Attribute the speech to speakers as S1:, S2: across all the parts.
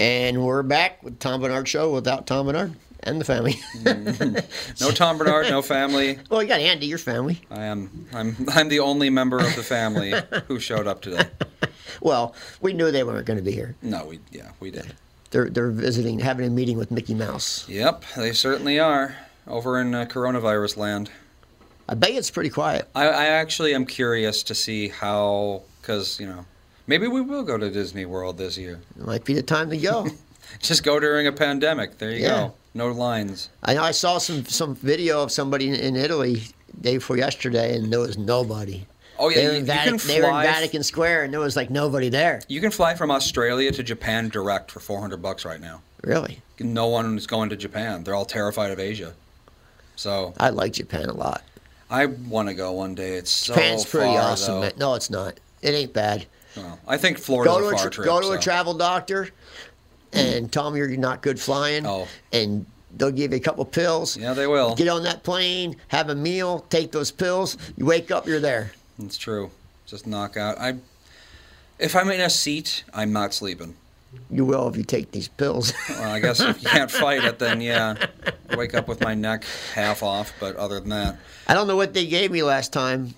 S1: And we're back with Tom Bernard Show without Tom Bernard and the family.
S2: Mm-hmm. No Tom Bernard, no family.
S1: well, you got Andy, your family.
S2: I am I'm I'm the only member of the family who showed up today.
S1: Well, we knew they weren't going to be here.
S2: No, we yeah, we did.
S1: They're they're visiting, having a meeting with Mickey Mouse.
S2: Yep, they certainly are over in uh, coronavirus land.
S1: I bet it's pretty quiet.
S2: I, I actually am curious to see how cuz, you know, maybe we will go to Disney World this year.
S1: It might be the time to go.
S2: Just go during a pandemic. There you
S1: Yeah.
S2: go. No lines.
S1: I know I saw some some video of somebody in, in Italy day before yesterday, and there was nobody.
S2: Oh yeah,
S1: they were,
S2: you,
S1: in
S2: you
S1: Vatican,
S2: can
S1: they were in
S2: fly
S1: Vatican Square, and there was like nobody there.
S2: You can fly from Australia to Japan direct for 400 bucks right now.
S1: Really,
S2: No one is going to Japan. They're all terrified of Asia. So
S1: I like Japan a lot.
S2: I want to go one day. It's so
S1: Japan's pretty
S2: Oh, far,
S1: awesome.
S2: though.
S1: man. No, it's not. It ain't bad.
S2: Well, I think Florida's
S1: Go to
S2: a
S1: a
S2: far
S1: tra-
S2: trip.
S1: go to a
S2: so.
S1: travel doctor, and tell them you're not good flying,
S2: Oh.
S1: and they'll give you a couple pills.
S2: Yeah, they will.
S1: Get on that plane, have a meal, take those pills. You wake up, you're there.
S2: It's true. Just knock out. I, if I'm in a seat, I'm not sleeping.
S1: You will if you take these pills.
S2: Well, I guess if you can't fight it, then yeah, I wake up with my neck half off. But other than that,
S1: I don't know what they gave me last time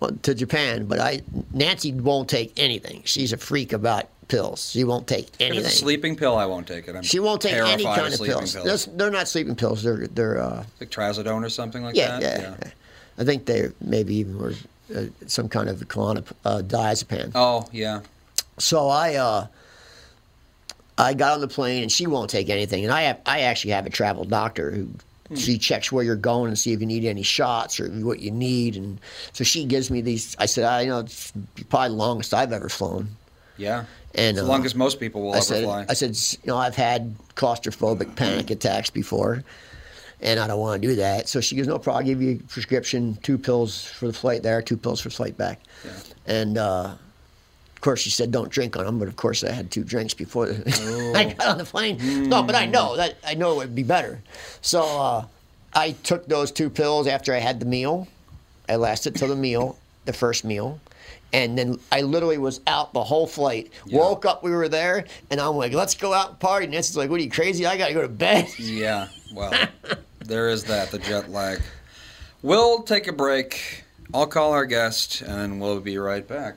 S1: well, to Japan, but I Nancy won't take anything. She's a freak about pills. She won't take
S2: if
S1: anything.
S2: it's a sleeping pill, I won't take it. I'm
S1: she won't take
S2: terrified
S1: any kind of
S2: sleeping
S1: pills. That's- They're not sleeping pills. They're they're uh,
S2: Like trazodone or something like
S1: yeah,
S2: that.
S1: yeah I think they maybe even were uh, some kind of clonop, uh, diazepam.
S2: Oh yeah.
S1: So I uh, I got on the plane and she won't take anything. And I have I actually have a travel doctor who she checks where you're going and see if you need any shots or what you need. And so she gives me these. I said, I you know it's probably the longest I've ever flown.
S2: Yeah.
S1: And,
S2: as
S1: uh,
S2: long as most people will
S1: I
S2: ever
S1: said,
S2: fly.
S1: I said, "S- you know, I've had claustrophobic panic attacks before, and I don't want to do that. So she goes, no problem. I'll give you a prescription, two pills for the flight there, two pills for flight back.
S2: Yeah.
S1: And uh, of course, she said, don't drink on them. But of course, I had two drinks before I got on the plane. No, but I know that I know it would be better. So uh, I took those two pills after I had the meal. I lasted till the meal, the first meal. And then I literally was out the whole flight. Woke up, we were there, and I'm like, let's go out and party. And Nancy's like, what are you crazy? I gotta go to bed.
S2: Yeah, well, there is that, the jet lag. We'll take a break. I'll call our guest and we'll be right back.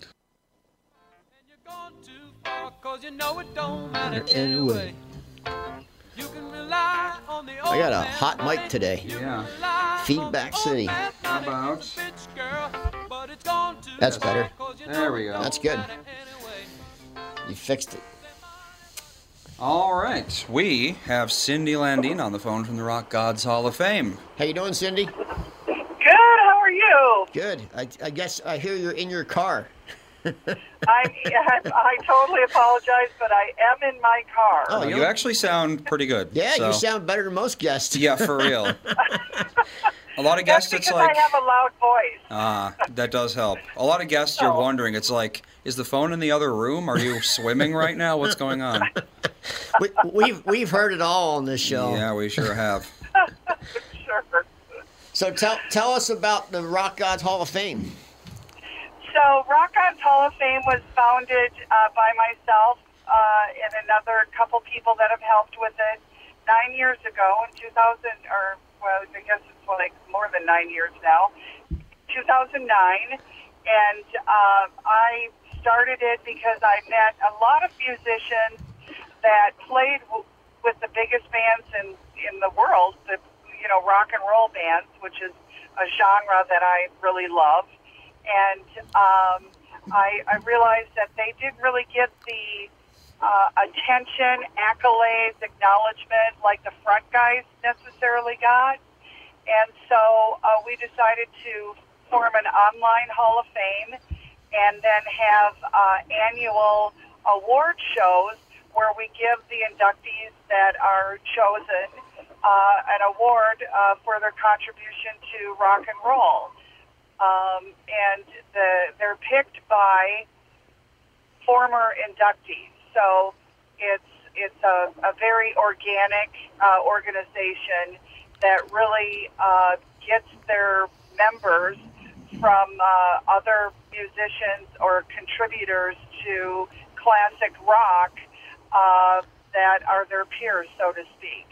S3: And you're gone too far, 'cause you know it don't matter
S1: Anyway.
S3: anyway. You can rely on the old
S1: I got a
S3: man
S1: hot
S3: money.
S1: mic today.
S3: You
S2: Yeah.
S3: can rely on
S1: Feedback
S3: the old
S1: City.
S3: man money.
S2: About-
S3: It's a bitch girl, but it's gone too
S1: That's
S3: far,
S1: better.
S3: 'cause you
S2: There
S3: know
S2: we
S3: it
S2: go.
S3: don't
S1: That's good.
S3: matter anyway.
S1: You fixed it.
S2: All right, we have Cindy Landine on the phone from the Rock Gods Hall of Fame.
S1: How you doing, Cindy?
S4: Good. How are you?
S1: Good. I, I guess I hear you're in your car.
S4: I, I I totally apologize, but I am in my car.
S1: Oh,
S2: You actually sound pretty good.
S1: Yeah,
S2: so-
S1: you sound better than most guests.
S2: Yeah, for real. A lot of
S4: That's
S2: guests, it's
S4: because
S2: like,
S4: I have a loud voice.
S2: ah, that does help. A lot of guests,
S4: Oh.
S2: you're wondering, it's like, is the phone in the other room? Are you swimming right now? What's going on?
S1: we, we've we've heard it all on this show.
S2: Yeah, we sure have.
S4: Sure.
S1: So tell tell us about the Rock Gods Hall of Fame.
S4: So, Rock God's Hall of Fame was founded uh, by myself uh, and another couple people that have helped with it nine years ago in 2000, or well, I guess it's like more than nine years now, 2009. And uh, I started it because I met a lot of musicians that played w- with the biggest bands in, in the world, the, you know, rock and roll bands, which is a genre that I really love and um, I, I realized that they didn't really get the uh, attention, accolades, acknowledgement like the front guys necessarily got. And so uh, we decided to form an online Hall of Fame and then have uh, annual award shows where we give the inductees that are chosen uh, an award uh, for their contribution to rock and roll um, and the, they're picked by former inductees. So it's it's a, a very organic uh, organization that really uh, gets their members from uh, other musicians or contributors to classic rock uh, that are their peers, so to speak.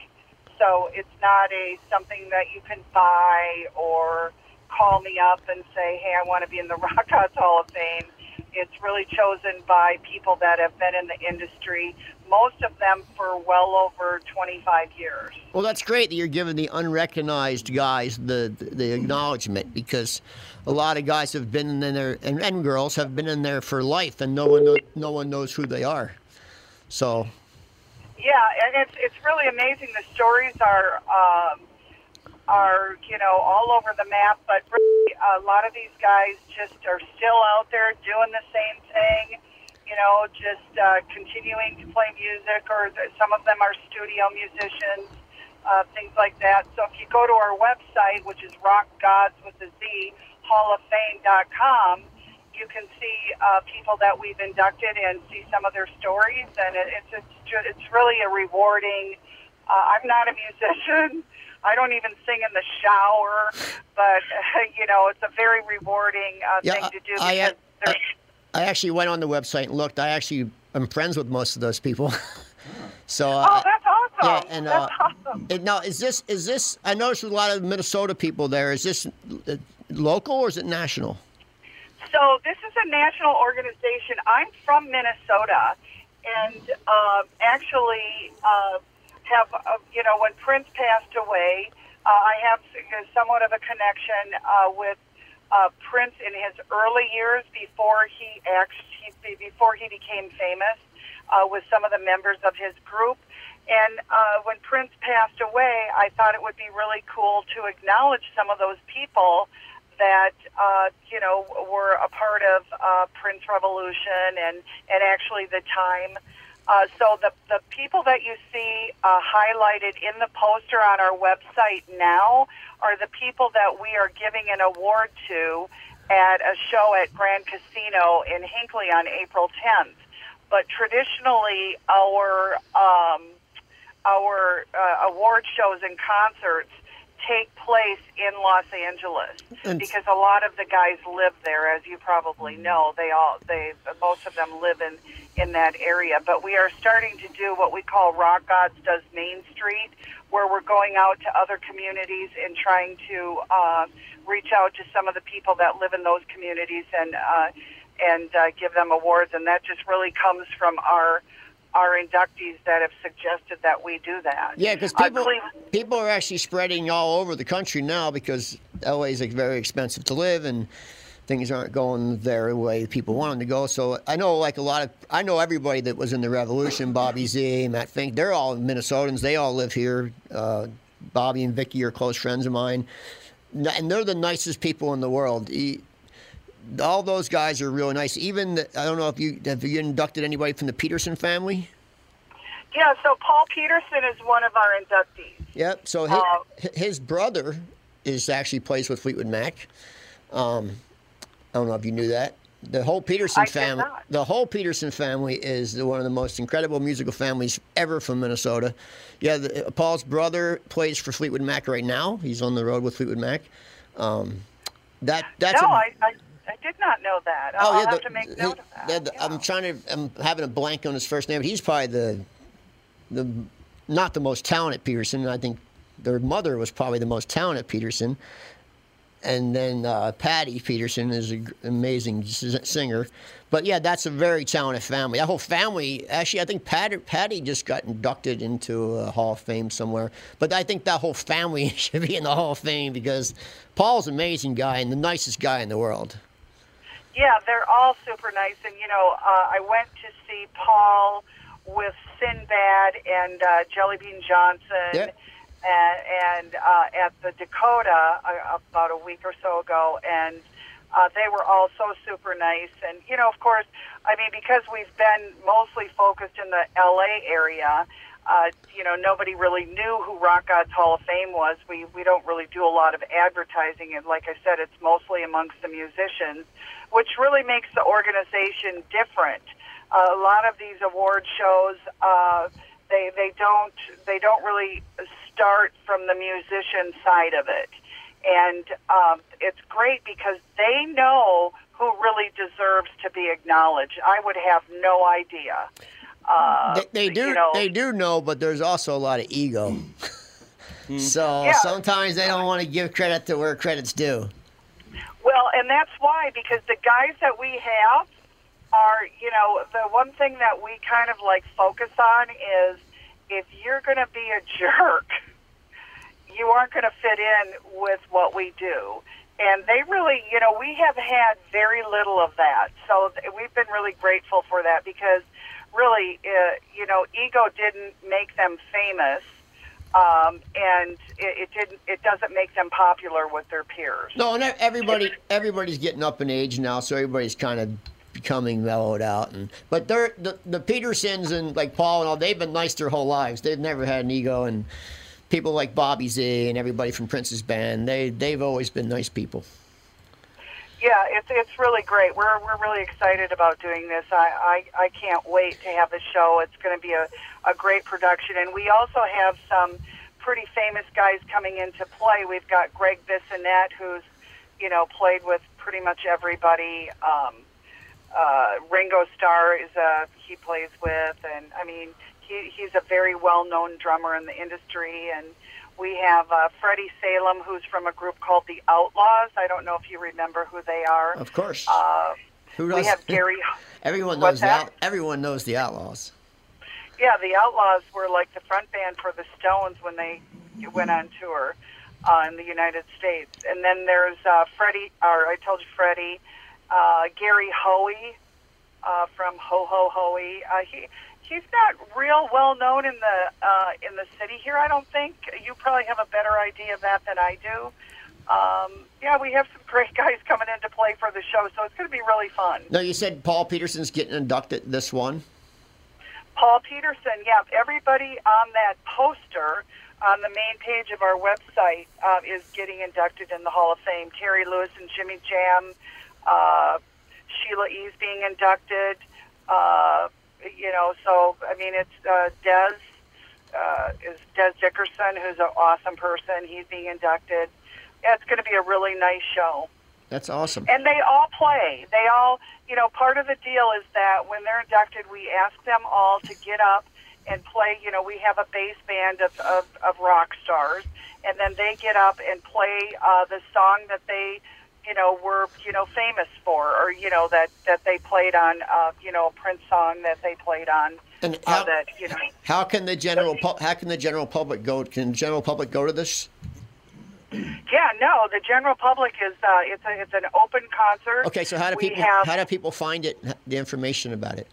S4: So it's not a something that you can buy or call me up and say, "Hey, I want to be in the Rock House Hall of Fame." It's really chosen by people that have been in the industry, most of them for well over 25 years.
S1: Well, that's great that you're giving the unrecognized guys the the acknowledgement because a lot of guys have been in there and, and girls have been in there for life, and no one kno- no one knows who they are. So
S4: Yeah, and it's it's really amazing. The stories are um, are you know all over the map, but really a lot of these guys just are still out there doing the same thing. You know, just uh, continuing to play music, or th- some of them are studio musicians, uh, things like that. So if you go to our website, which is Rock Gods with a Z Hall of Fame dot com, you can see uh, people that we've inducted and see some of their stories, and it, it's it's ju- it's really a rewarding. Uh, I'm not a musician. I don't even sing in the shower, but you know, it's a very rewarding uh,
S1: Yeah,
S4: thing to do.
S1: I- uh, I-
S4: because there's
S1: I actually went on the website and looked. I actually am friends with most of those people. so
S4: oh,
S1: uh,
S4: that's awesome!
S1: yeah, and,
S4: that's
S1: uh,
S4: awesome.
S1: it- now is this is this? I noticed a lot of Minnesota people there. Is this uh, local or is it national?
S4: So this is a national organization. I'm from Minnesota, and um, actually uh, have uh, you know when Prince passed away, uh, I have somewhat of a connection uh, with uh, Prince in his early years before he actually before he became famous uh, with some of the members of his group. And uh, when Prince passed away, I thought it would be really cool to acknowledge some of those people that uh, you know were a part of uh, Prince Revolution and and actually the time. Uh, so the the people that you see uh, highlighted in the poster on our website now are the people that we are giving an award to at a show at Grand Casino in Hinckley on April 10th. But traditionally, our um, our uh, award shows and concerts take place in Los Angeles
S1: And-
S4: because a lot of the guys live there, as you probably
S1: Mm.
S4: know. They all they most of them live in in that area. But we are starting to do what we call Rock Gods Does Main Street, where we're going out to other communities and trying to uh, reach out to some of the people that live in those communities and. Uh, and uh, give them awards, and that just really comes from our our inductees that have suggested that we do that.
S1: Yeah, because
S4: Uh,
S1: people
S4: Cleve-
S1: people are actually spreading all over the country now because LA is like, very expensive to live and things aren't going their way people want them to go. So I know like a lot of I know everybody that was in the Revolution, Bobby Z, Matt Fink. They're all Minnesotans. They all live here. Uh, Bobby and Vicky are close friends of mine, N- and they're the nicest people in the world. E- all those guys are really nice. Even the, I don't know if you have you inducted anybody from the Peterson family.
S4: Yeah, so Paul Peterson is one of our inductees.
S1: Yep. So his,
S4: Oh.
S1: his brother is actually plays with Fleetwood Mac. Um, I don't know if you knew that. The whole Peterson
S4: I did
S1: family.
S4: not.
S1: The whole Peterson family is the, one of the most incredible musical families ever from Minnesota. Yeah, the, uh, Paul's brother plays for Fleetwood Mac right now. He's on the road with Fleetwood Mac. Um, that that's
S4: no,
S1: a-
S4: I, I, I did not know that. I'll I'll have to make
S1: Oh, he-
S4: note of that.
S1: yeah, the- um,
S4: yeah.
S1: I'm trying to. I'm having a blank on his first name, but he's probably the, the, not the most talented Peterson. I think their mother was probably the most talented Peterson, and then uh, Patty Peterson is an amazing s- singer. But yeah, that's a very talented family. That whole family, actually, I think Patty, Patty just got inducted into a Hall of Fame somewhere. But I think that whole family should be in the Hall of Fame because Paul's an amazing guy and the nicest guy in the world.
S4: Yeah, they're all super nice. And, you know, uh, I went to see Paul with Sinbad and uh, Jellybean Johnson
S1: Yeah.
S4: and, and uh, at the Dakota uh, about a week or so ago. And uh, they were all so super nice. And, you know, of course, I mean, because we've been mostly focused in the L.A. area. Uh, you know, nobody really knew who Rock God's Hall of Fame was. We we don't really do a lot of advertising, and like I said, it's mostly amongst the musicians, which really makes the organization different. Uh, a lot of these award shows, uh, they they don't they don't really start from the musician side of it, and um, it's great because they know who really deserves to be acknowledged. I would have no idea. Uh,
S1: they, they
S4: you
S1: do
S4: know.
S1: they do know, but there's also a lot of ego. so
S4: Yeah.
S1: sometimes they don't want to give credit to where credit's due.
S4: Well, and that's why because the guys that we have are, you know, the one thing that we kind of like focus on is if you're going to be a jerk, you aren't going to fit in with what we do. And they really, you know, we have had very little of that. So th- we've been really grateful for that because really, uh, you know, ego didn't make them famous. Um, and it, it didn't. It doesn't make them popular with their peers.
S1: No, and e, everybody everybody's getting up in age now, so everybody's kind of becoming mellowed out. And but they're the, the Petersons and like Paul and all they've been nice their whole lives. They've never had an ego, and people like Bobby Z and everybody from Prince's band they they've always been nice people.
S4: Yeah, it's it's really great. We're we're really excited about doing this. I I, I can't wait to have the show. It's going to be a a great production, and we also have some pretty famous guys coming into play. We've got Greg Bissonette, who's you know played with pretty much everybody. Um, uh, Ringo Starr is a he plays with, and I mean he he's a very well known drummer in the industry, and we have uh, Freddie Salem, who's from a group called the Outlaws. I don't know if you remember who they are.
S1: Of course,
S4: Uh,
S1: Who
S4: we
S1: does-
S4: have Gary.
S1: everyone knows
S4: what's
S1: the
S4: that?
S1: out, everyone knows the Outlaws.
S4: Yeah, the Outlaws were like the front band for the Stones when they went on tour uh, in the United States. And then there's uh, Freddie, or I told you Freddie, uh, Gary Hoey uh, from Ho Ho Hoey. Uh, he he's not real well known in the uh, in the city here. I don't think you probably have a better idea of that than I do. Um, yeah, we have some great guys coming in to play for the show, so it's going to be really fun.
S1: No, you said Paul Peterson's getting inducted this one.
S4: Paul Peterson, yeah. Everybody on that poster on the main page of our website uh, is getting inducted in the Hall of Fame. Terry Lewis and Jimmy Jam, uh, Sheila E's being inducted. Uh, you know, so I mean, it's uh, Des uh, is Des Dickerson, who's an awesome person. He's being inducted. Yeah, it's going to be a really nice show.
S1: That's awesome.
S4: And they all play. They all, you know, part of the deal is that when they're inducted, we ask them all to get up and play. You know, we have a bass band of, of, of rock stars, and then they get up and play uh, the song that they, you know, were, you know, famous for, or, you know, that, that they played on, uh, you know, a Prince song that they played on.
S1: And
S4: uh,
S1: how-
S4: that, you know.
S1: How can the general pub, how can the general public go? Can the general public go to this?
S4: Yeah, no, the general public is, uh, it's, a, it's an open concert.
S1: Okay, so how do
S4: We
S1: people
S4: have-
S1: how do people find it? The information about it.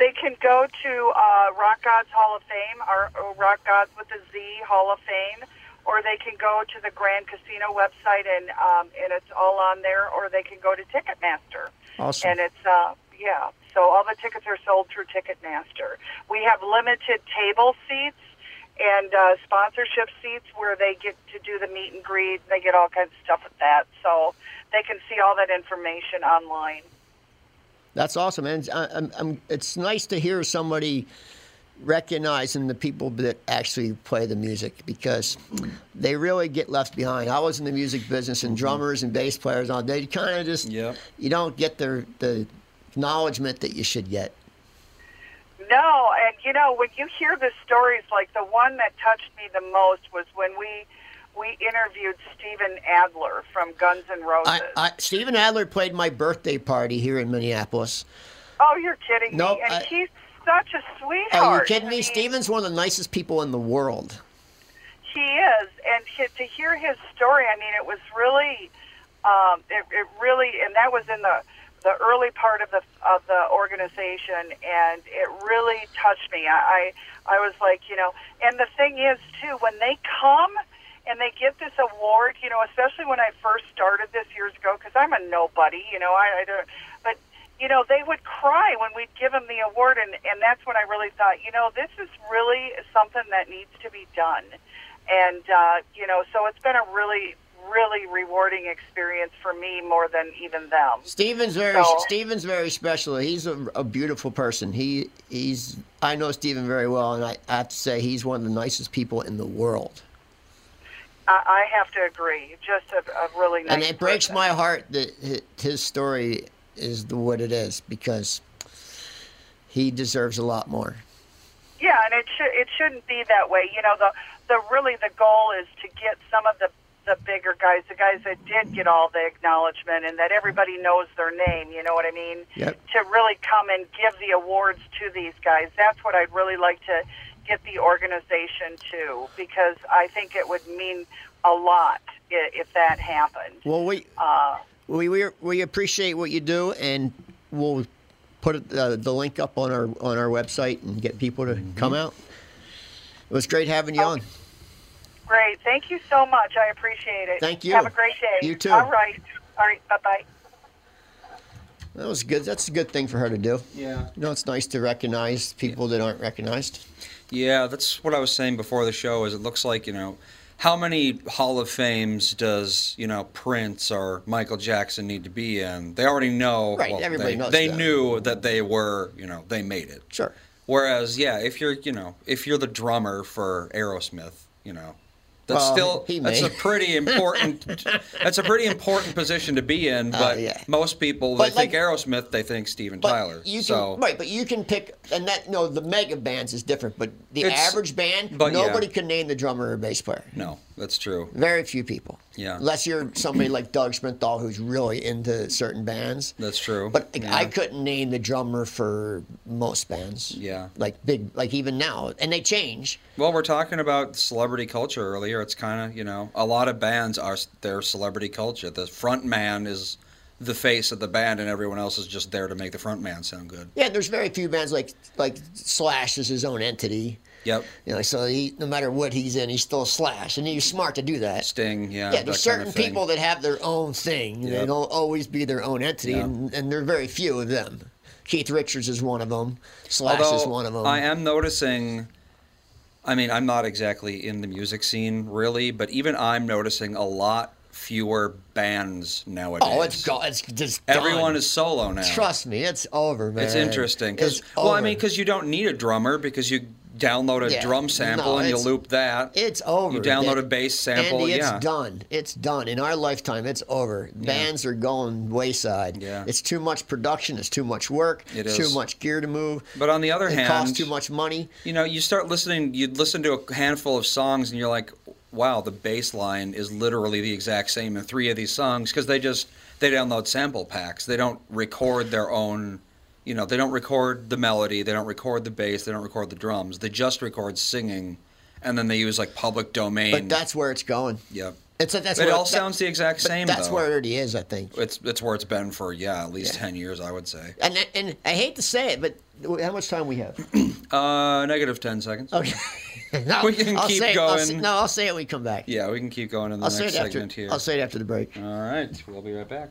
S4: They can go to uh, Rock Gods Hall of Fame, our or Rock Gods with a Z Hall of Fame or they can go to the Grand Casino website and um, and it's all on there, or they can go to Ticketmaster.
S1: Awesome.
S4: And it's uh, yeah. So all the tickets are sold through Ticketmaster. We have limited table seats and uh, sponsorship seats where they get to do the meet and greet. They get all kinds of stuff with that, so they can see all that information online.
S1: That's awesome, and I, I'm, I'm, um, it's nice to hear somebody recognizing the people that actually play the music because they really get left behind. I was in the music business, and drummers and bass players, all they kind of just
S2: Yep.
S1: you don't get the the acknowledgement that you should get.
S4: No, and you know when you hear the stories, like the one that touched me the most was when we we interviewed Steven Adler from Guns N' Roses.
S1: I, I, Steven Adler played my birthday party here in Minneapolis.
S4: oh, you're kidding
S1: Nope,
S4: me! And
S1: I-
S4: he's such a sweetheart.
S1: Are you kidding
S4: I
S1: me?
S4: mean,
S1: Steven's one of the nicest people in the world.
S4: He is, and he, to hear his story, I mean, it was really, um, it, it really, and that was in the the early part of the of the organization, and it really touched me. I I, I was like, you know, and the thing is too, when they come and they get this award, you know, especially when I first started this years ago, because I'm a nobody, you know, I, I don't, but you know, they would cry when we'd give them the award, and, and that's when I really thought, you know, this is really something that needs to be done. And, uh, you know, so it's been a really, really rewarding experience for me more than even them.
S1: Steven's very
S4: So-
S1: Steven's very special. He's a, a beautiful person. He he's I know Steven very well, and I, I have to say he's one of the nicest people in the world.
S4: I, I have to agree. Just a, a really nice
S1: and it breaks
S4: person.
S1: my heart that hi- his story is the what it is because he deserves a lot more.
S4: Yeah, and it should it shouldn't be that way. You know, the the really the goal is to get some of the the bigger guys, the guys that did get all the acknowledgement and that everybody knows their name, you know what I mean?
S1: Yep.
S4: To really come and give the awards to these guys. That's what I'd really like to get the organization to because I think it would mean a lot i- if that happened.
S1: Well, we
S4: Uh,
S1: we we, we appreciate what you do, and we'll put uh, the link up on our on our website and get people to
S2: Mm-hmm.
S1: come out. It was great having you on.
S4: great. Thank you so much. I appreciate it.
S1: Thank you.
S4: Have a great day.
S1: You too.
S4: All right. All right. Bye-bye.
S1: That was good. That's a good thing for her to do.
S2: Yeah.
S1: You know, it's nice to recognize people that aren't recognized.
S2: Yeah, that's what I was saying before the show. Is it looks like you know how many Hall of Fames does you know Prince or Michael Jackson need to be in? They already know.
S1: Right, everybody
S2: they,
S1: knows
S2: They
S1: that.
S2: knew that they were you know they made it.
S1: Sure.
S2: Whereas yeah, if you're you know if you're the drummer for Aerosmith, you know. That's
S1: Well,
S2: still
S1: he
S2: that's
S1: may.
S2: a pretty important that's a pretty important position to be in, but
S1: Uh, yeah.
S2: most people
S1: But
S2: they
S1: like-
S2: think Aerosmith, they think Steven
S1: But
S2: Tyler.
S1: You can,
S2: so
S1: right, but you can pick, and that no, the mega bands is different, but the
S2: It's-
S1: average band,
S2: but yeah.
S1: nobody can name the drummer or bass player.
S2: no, that's true.
S1: Very few people.
S2: Yeah.
S1: Unless you're somebody like Doug Smithall who's really into certain bands.
S2: That's true.
S1: But like, I
S2: Yeah.
S1: couldn't name the drummer for most bands.
S2: Yeah.
S1: Like big, like even now, and they change.
S2: Well, we're talking about celebrity culture earlier. It's kind of you know a lot of bands are their celebrity culture. The front man is the face of the band, and everyone else is just there to make the front man sound good.
S1: Yeah, there's very few bands like like Slash is his own entity.
S2: Yep.
S1: You know, so he, no matter what he's in, he's still Slash, and he's smart to do that.
S2: Sting.
S1: Yeah,
S2: Yeah. that
S1: there's
S2: kind
S1: certain
S2: of thing.
S1: people that have their own thing. They
S2: Yep.
S1: don't always be their own entity,
S2: Yeah.
S1: and, and there are very few of them. Keith Richards is one of them. Slash
S2: Although
S1: is one of them.
S2: I am noticing. I mean, I'm not exactly in the music scene really, but even I'm noticing a lot fewer bands nowadays.
S1: oh, it's go- it's just gone.
S2: Everyone is solo now.
S1: Trust me, it's over, man.
S2: It's interesting. 'cause-
S1: It's
S2: well, I
S1: over.
S2: mean, because you don't need a drummer because you download a
S1: Yeah.
S2: drum sample
S1: No,
S2: and you
S1: it's-
S2: loop that.
S1: It's over.
S2: You download
S1: That-
S2: a bass sample.
S1: Andy,
S2: yeah.
S1: it's done. It's done. In our lifetime, it's over. Bands are going wayside.
S2: Yeah.
S1: It's too much production. It's too much work.
S2: It
S1: it's
S2: is.
S1: Too much gear to move.
S2: But on the other
S1: it
S2: hand,
S1: costs too much money.
S2: you know, you start listening. You listen to a handful of songs and you're like, wow, the bass line is literally the exact same in three of these songs because they just they download sample packs. They don't record their own. You know, they don't record the melody. They don't record the bass. They don't record the drums. They just record singing, and then they use like public domain.
S1: But that's where it's going.
S2: Yep.
S1: It's that's
S2: it
S1: where-
S2: all
S1: that-
S2: sounds the exact
S1: but
S2: same.
S1: That's
S2: though.
S1: where it already is, I think.
S2: it's it's where it's been for yeah at least
S1: Yeah.
S2: ten years I would say.
S1: And and I hate to say it, but How much time we have?
S2: Uh, negative 10 seconds.
S1: Okay. No,
S2: We can
S1: I'll
S2: keep
S1: say it- I'll say-
S2: going.
S1: no, I'll say it when we come back.
S2: Yeah, we can keep going in the
S1: I'll say
S2: next
S1: it after.
S2: segment here.
S1: I'll say it after the break.
S2: All right, we'll be right back.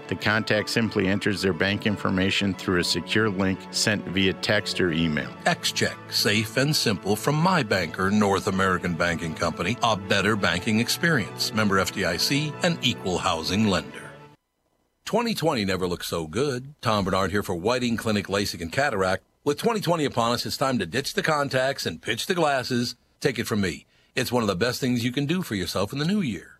S5: the contact simply enters their bank information through a secure link sent via text or email.
S6: XCheck, safe and simple from my banker, North American Banking Company, a better banking experience. Member FDIC, an equal housing lender. 2020 never looked so good. Tom Bernard here for Whiting Clinic LASIK and Cataract. With 2020 upon us, it's time to ditch the contacts and pitch the glasses. Take it from me. It's one of the best things you can do for yourself in the new year.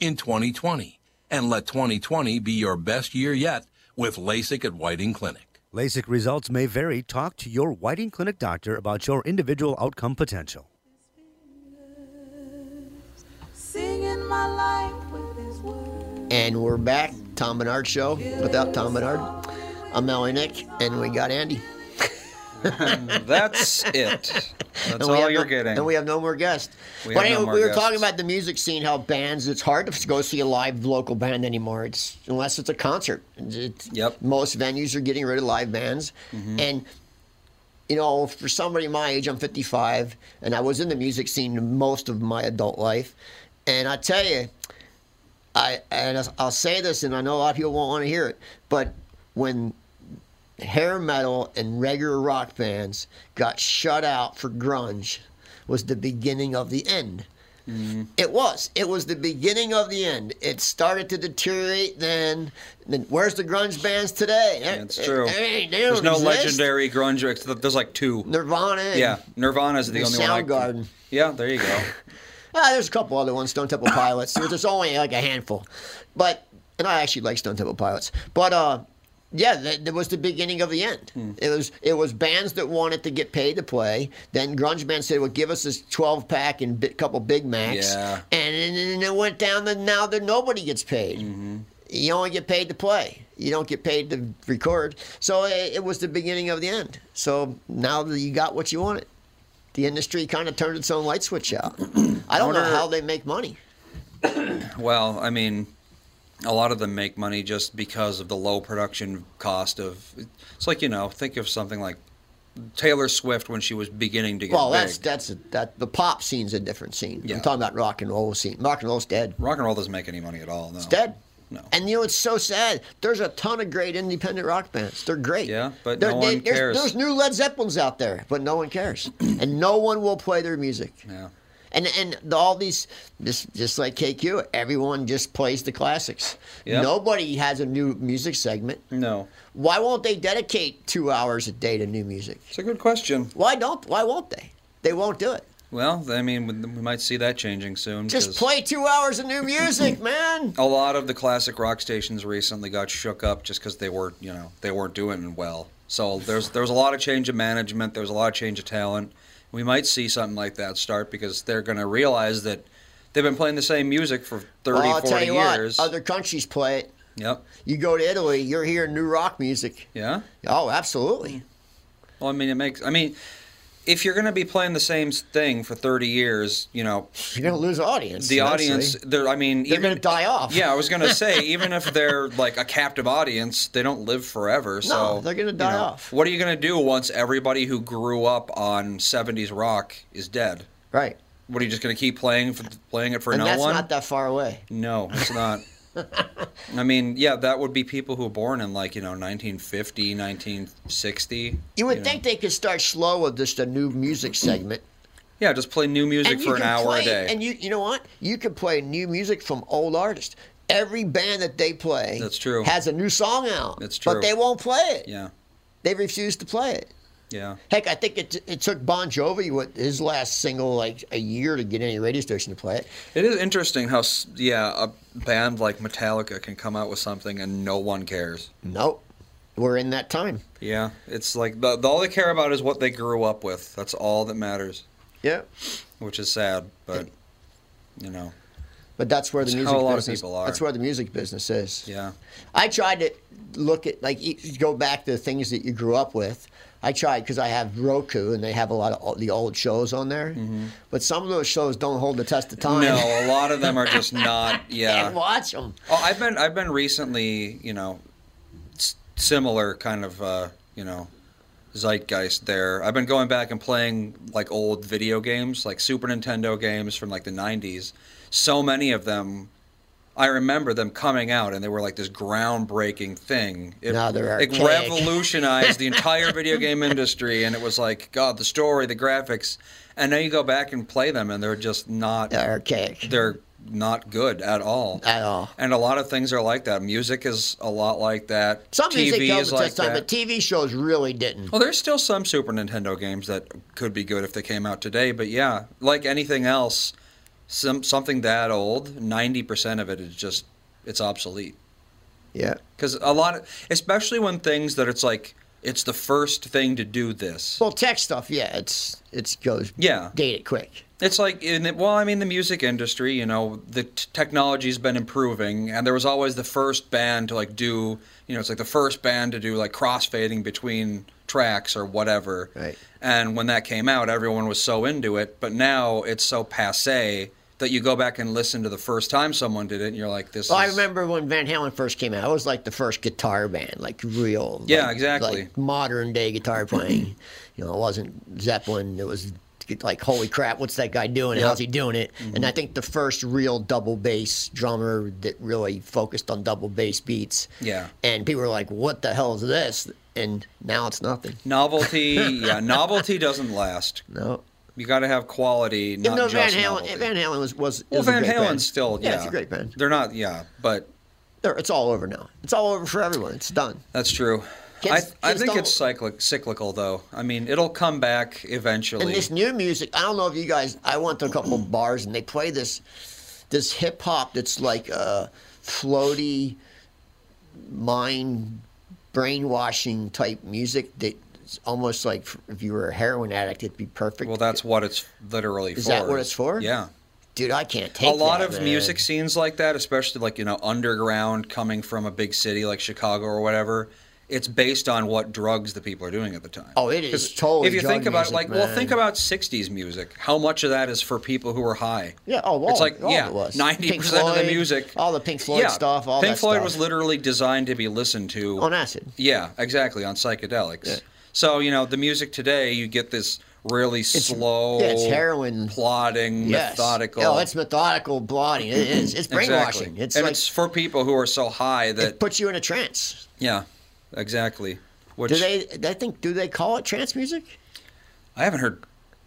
S6: in 2020 and let 2020 be your best year yet with LASIK at Whiting Clinic.
S7: LASIK results may vary. Talk to your Whiting Clinic doctor about your individual outcome potential.
S8: Singing my life with his words.
S1: And we're back. Tom Bernard show without Tom Bernard. I'm Melanie Nick, and we got Andy.
S2: That's it. That's
S1: we
S2: all
S1: have
S2: you're
S1: no,
S2: getting.
S1: And we have no more guests.
S2: We
S1: but
S2: have no
S1: anyway,
S2: more
S1: we were
S2: guests.
S1: talking about the music scene, how bands, it's hard to go see a live local band anymore. It's unless it's a concert. It's-
S2: Yep. Mm-hmm.
S1: Most venues are getting rid of live bands. And you know, for somebody my age, I'm 55, and I was in the music scene most of my adult life. And I tell you, I and I'll say this, and I know a lot of people won't want to hear it, but when hair metal and regular rock bands got shut out for grunge was the beginning of the end.
S2: Mm-hmm.
S1: It was. It was the beginning of the end. It started to deteriorate then. then where's the grunge bands today?
S2: That's true.
S1: They- they- they
S2: There's
S1: don't
S2: no
S1: exist.
S2: legendary grunge. ex- There's like two.
S1: Nirvana. and-
S2: yeah, Nirvana's the,
S1: The
S2: only one. I
S1: Soundgarden.
S2: can- Yeah, there you go.
S1: Ah, there's a couple other ones, Stone Temple Pilots. There's just only like a handful, but and I actually like Stone Temple Pilots. But uh, yeah, that, that was the beginning of the end. It was it was bands that wanted to get paid to play. Then grunge bands said, "Well, give us this 12 pack and a couple Big Macs,"
S2: Yeah.
S1: and, and, then it went down. And now that nobody gets paid. You only get paid to play. You don't get paid to record. So it, it was the beginning of the end. So now that you got what you wanted the industry kind of turned its own light switch out. I don't know
S2: Order-
S1: how they make money.
S2: Well, I mean, a lot of them make money just because of the low production cost of. It's like you know, think of something like Taylor Swift when she was beginning to get
S1: Well,
S2: big.
S1: that's that's a, that the pop scene's a different scene.
S2: Yeah.
S1: I'm talking about rock and roll scene. Rock and roll's dead.
S2: Rock and roll doesn't make any money at all. No.
S1: It's dead.
S2: No.
S1: And you know it's so sad. There's a ton of great independent rock bands. They're great.
S2: Yeah, but
S1: They're-
S2: no one
S1: there's,
S2: cares.
S1: There's new Led Zeppelins out there, but no one cares, and no one will play their music.
S2: Yeah.
S1: And and the- all these just just like KQ, everyone just plays the classics.
S2: Yeah.
S1: Nobody has a new music segment.
S2: No.
S1: Why won't they dedicate two hours a day to new music?
S2: It's a good question.
S1: Why don't? Why won't they? They won't do it.
S2: Well, I mean, we we might see that changing soon.
S1: Just
S2: 'cause
S1: play two hours of new music, man.
S2: A lot of the classic rock stations recently got shook up just because they were, you know, they weren't doing well. So there's there was a lot of change of management. There was a lot of change of talent. We might see something like that start because they're going to realize that they've been playing the same music for 30,
S1: Well, I'll
S2: 40
S1: tell you
S2: years.
S1: what. Other countries play it.
S2: Yep.
S1: You go to Italy, you're hearing new rock music.
S2: Yeah.
S1: Oh, absolutely.
S2: Well, I mean, it makes. I mean, if you're going to be playing the same thing for 30 years, you know,
S1: You're going to lose audience.
S2: the
S1: eventually.
S2: audience, they're, I mean,
S1: They're gonna die off.
S2: Yeah, I was going to say, even if they're like a captive audience, they don't live forever. So
S1: they're gonna
S2: you
S1: die
S2: know,
S1: off.
S2: What are you going to do once everybody who grew up on 70s rock is dead?
S1: Right.
S2: What are you just going to keep playing for playing it for
S1: And
S2: no
S1: that's
S2: one?
S1: not that far away.
S2: No, it's not. I mean, yeah, that would be people who were born in like, you know, 1950, 1960.
S1: You would
S2: know.
S1: think they could start slow with just a new music segment.
S2: Yeah, just play new music
S1: And you
S2: for an
S1: can
S2: hour
S1: play,
S2: a day.
S1: And you, you know what? You can play new music from old artists. Every band that they play
S2: That's true.
S1: has a new song out.
S2: That's
S1: But
S2: true.
S1: they won't play it.
S2: yeah.
S1: They refuse to play it.
S2: Yeah.
S1: Heck, I think it, it took Bon Jovi with his last single like a year to get any radio station to play it.
S2: It is interesting how s- yeah, a band like Metallica can come out with something and no one cares.
S1: Nope. We're in that time.
S2: Yeah, it's like the, the all they care about is what they grew up with. That's all that matters,
S1: Yeah.
S2: which is sad, but you know.
S1: But that's where the
S2: That's
S1: music
S2: how a lot of
S1: business,
S2: people are.
S1: That's where the music business is.
S2: Yeah.
S1: I tried to look at like you- you go back to things that you grew up with. I tried because I have Roku and they have a lot of all, the old shows on there, but some of those shows don't hold the test of time.
S2: Mm-hmm. No, a lot of them are just not yeah.
S1: and watch them.
S2: Oh, I've been I've been recently, you know, s- similar kind of uh, you know zeitgeist there. I've been going back and playing like old video games, like Super Nintendo games from like the '90s. So many of them, I remember them coming out, and they were like this groundbreaking thing. It,
S1: Now they're
S2: it
S1: archaic.
S2: revolutionized the entire video game industry, and it was like God, the story, the graphics, and now you go back and play them, and they're just not
S1: They're archaic.
S2: they're not good at all.
S1: At all.
S2: And a lot of things are like that. Music is a lot like that.
S1: some
S2: TV
S1: music held
S2: is
S1: the
S2: like
S1: test of time,
S2: that.
S1: but TV shows really didn't.
S2: well, there's still some Super Nintendo games that could be good if they came out today, but yeah, like anything else, some something that old, 90% of it is just it's obsolete.
S1: Yeah.
S2: Cuz a lot of, especially when things that it's like it's the first thing to do this.
S1: Well, tech stuff, yeah, it's it's goes
S2: Yeah.
S1: dated quick.
S2: It's like, in the, well, I mean, the music industry, you know, the t- technology's been improving, and there was always the first band to like do, you know, it's like the first band to do like crossfading between tracks or whatever.
S1: Right.
S2: And when that came out, everyone was so into it, but now it's so passe that you go back and listen to the first time someone did it, and you're like, this.
S1: Well, I
S2: is-
S1: remember when Van Halen first came out. It was like the first guitar band, like real.
S2: Yeah,
S1: like-
S2: exactly.
S1: Like modern day guitar playing. you know, it wasn't Zeppelin. It was like, holy crap, what's that guy doing? How's he doing it?
S2: Mm-hmm.
S1: And I think the first real double bass drummer that really focused on double bass beats.
S2: Yeah.
S1: And people were like, what the hell is this? And now it's nothing.
S2: Novelty, yeah, novelty doesn't last.
S1: No.
S2: You got to have quality, not
S1: Even though Van
S2: just
S1: Halen,
S2: novelty.
S1: Van Halen was was
S2: well,
S1: is a
S2: Van
S1: great
S2: Halen's
S1: band.
S2: still, yeah,
S1: yeah, it's a great band.
S2: They're not, yeah, but
S1: They're- It's all over now. It's all over for everyone. It's done.
S2: That's true.
S1: Kids-
S2: I, I
S1: kids
S2: think
S1: don't-
S2: it's cyclic, cyclical, though. I mean, it'll come back eventually.
S1: And this new music, I don't know if you guys. I went to a couple of bars and they play this, this hip hop that's like uh floaty, mind brainwashing type music that it's almost like if you were a heroin addict, it'd be perfect.
S2: well, that's what it's literally
S1: Is
S2: for.
S1: that what it's for?
S2: Yeah.
S1: dude, I can't take
S2: A lot
S1: that,
S2: of
S1: man.
S2: music scenes like that, especially like, you know, underground coming from a big city like Chicago or whatever, it's based on what drugs the people are doing at the time.
S1: Oh, it is
S2: 'Cause
S1: totally
S2: If you
S1: drug
S2: think about it,
S1: music,
S2: like, well, think
S1: man.
S2: about 60s music. How much of that is for people who are high?
S1: Yeah, oh, all,
S2: it's like,
S1: all
S2: yeah,
S1: it was.
S2: 90%
S1: Pink
S2: of the
S1: Floyd,
S2: music.
S1: all the Pink Floyd
S2: yeah,
S1: stuff, all
S2: Pink
S1: that
S2: Floyd
S1: stuff.
S2: was literally designed to be listened to
S1: on acid.
S2: Yeah, exactly, on psychedelics.
S1: Yeah.
S2: So, you know, the music today, you get this really slow,
S1: yeah, it's heroin.
S2: plodding,
S1: Yes.
S2: methodical.
S1: Oh, it's methodical blotting. It is. It's brainwashing.
S2: Exactly.
S1: It's
S2: and
S1: like
S2: it's for people who are so high that,
S1: it puts you in a trance.
S2: yeah, exactly. Which
S1: Do they? I think. Do they call it trance music?
S2: I haven't heard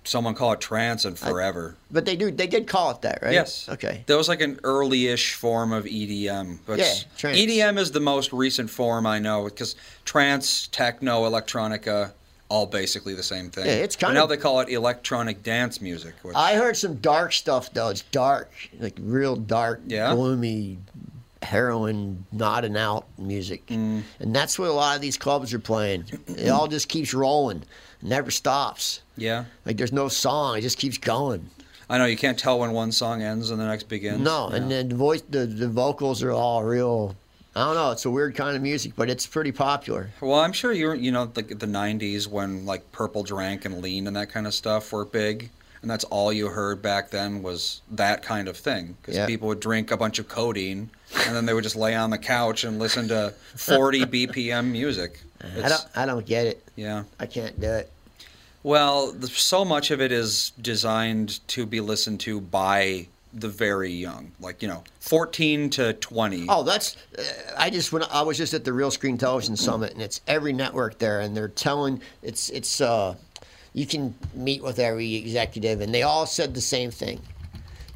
S2: someone call it trance in forever.
S1: But they do. They did call it that, right?
S2: Yes.
S1: Okay.
S2: That was like an early-ish form of E EDM. But
S1: Yeah,
S2: s-
S1: trance.
S2: EDM E is the most recent form I know because trance, techno, electronica, all basically the same thing.
S1: Yeah, it's kind
S2: And now
S1: of-
S2: they call it electronic dance music. Which,
S1: I heard some dark stuff though. It's dark, like real dark,
S2: Yeah?
S1: gloomy, heroin, not and out music,
S2: Mm.
S1: and that's what a lot of these clubs are playing. It all just keeps rolling, It never stops.
S2: yeah.
S1: Like there's no song. It just keeps going.
S2: I know you can't tell when one song ends and the next begins.
S1: No,
S2: Yeah.
S1: and then the voice, the, the vocals are all real I don't know. It's a weird kind of music, but it's pretty popular.
S2: Well, I'm sure you're, you know, like the 90s when like Purple Drank and Lean and that kind of stuff were big. And that's all you heard back then was that kind of thing. Because
S1: Yeah.
S2: people would drink a bunch of codeine and then they would just lay on the couch and listen to 40 BPM music.
S1: I
S2: It's-
S1: don't. I don't get it.
S2: yeah.
S1: I can't do it.
S2: Well, the, so much of it is designed to be listened to by the very young, like, you know, 14 to 20.
S1: Oh, that's. Uh, I just went. I was just at the Real Screen Television Summit, and it's every network there, and they're telling it's it's. Uh, you can meet with every executive, and they all said the same thing.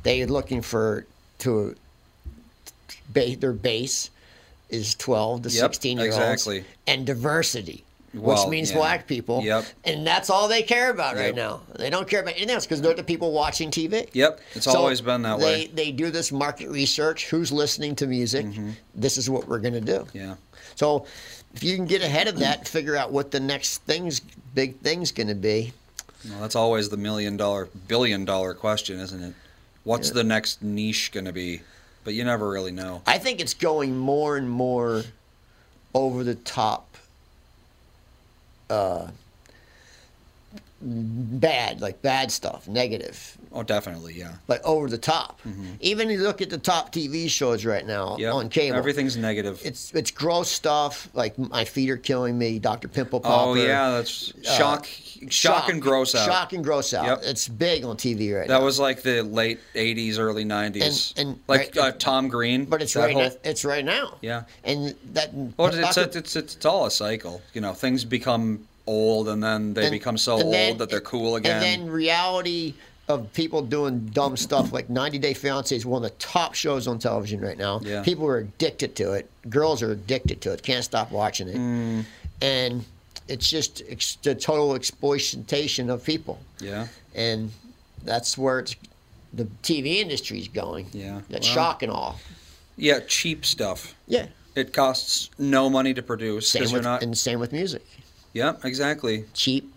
S1: They're looking for to. Ba- their base is twelve to
S2: Yep,
S1: sixteen year olds,
S2: exactly.
S1: and diversity,
S2: Well,
S1: which means
S2: yeah.
S1: black people.
S2: Yep.
S1: And that's all they care about
S2: Yep.
S1: right now. They don't care about anything else because they're the people watching TV.
S2: Yep, it's always been that
S1: they,
S2: way. Mm-hmm.
S1: They do this market research. Who's listening to music? This is what we're going to do.
S2: Yeah.
S1: So if you can get ahead of that, figure out what the next thing's big thing's going to be.
S2: Well, that's always the million dollar, billion dollar question, isn't it? What's the next niche going to be? But you never really know.
S1: I think it's going more and more over the top uh, bad, like bad stuff, negative.
S2: Oh, definitely, yeah.
S1: Like over the top. Even you look at the top TV shows right now
S2: Mm-hmm. Yep.
S1: on cable.
S2: Everything's negative.
S1: it's it's gross stuff like my feet are killing me, Doctor Pimple
S2: oh,
S1: Popper.
S2: yeah, that's shock, shock, and gross out.
S1: uh, Shock and gross out.
S2: Yep.
S1: It's big on TV right
S2: That
S1: now.
S2: was like the late '80s, early '90s,
S1: And- and-
S2: like
S1: right,
S2: uh, Tom Green.
S1: but it's
S2: that
S1: right.
S2: whole-
S1: now, it's right now.
S2: Yeah.
S1: And that.
S2: Well, it's,
S1: Dr.
S2: it's, it's, it's all a cycle. You know, things become old and then they
S1: and-
S2: become so
S1: and
S2: old
S1: then-
S2: that they're cool again.
S1: And then reality of people doing dumb stuff like 90 Day Fiance is one of the top shows on television right now.
S2: Yeah.
S1: People are addicted to it. Girls are addicted to it. Can't stop watching it.
S2: Mm.
S1: And it's just ex- the total exploitation of people.
S2: yeah.
S1: And that's where it's, the TV industry's going.
S2: Yeah.
S1: That
S2: Well-
S1: shock and all.
S2: Yeah, cheap stuff.
S1: Yeah.
S2: It costs no money to produce
S1: Same
S2: because you're
S1: with,
S2: not.
S1: and same with music.
S2: yeah, exactly.
S1: Cheap.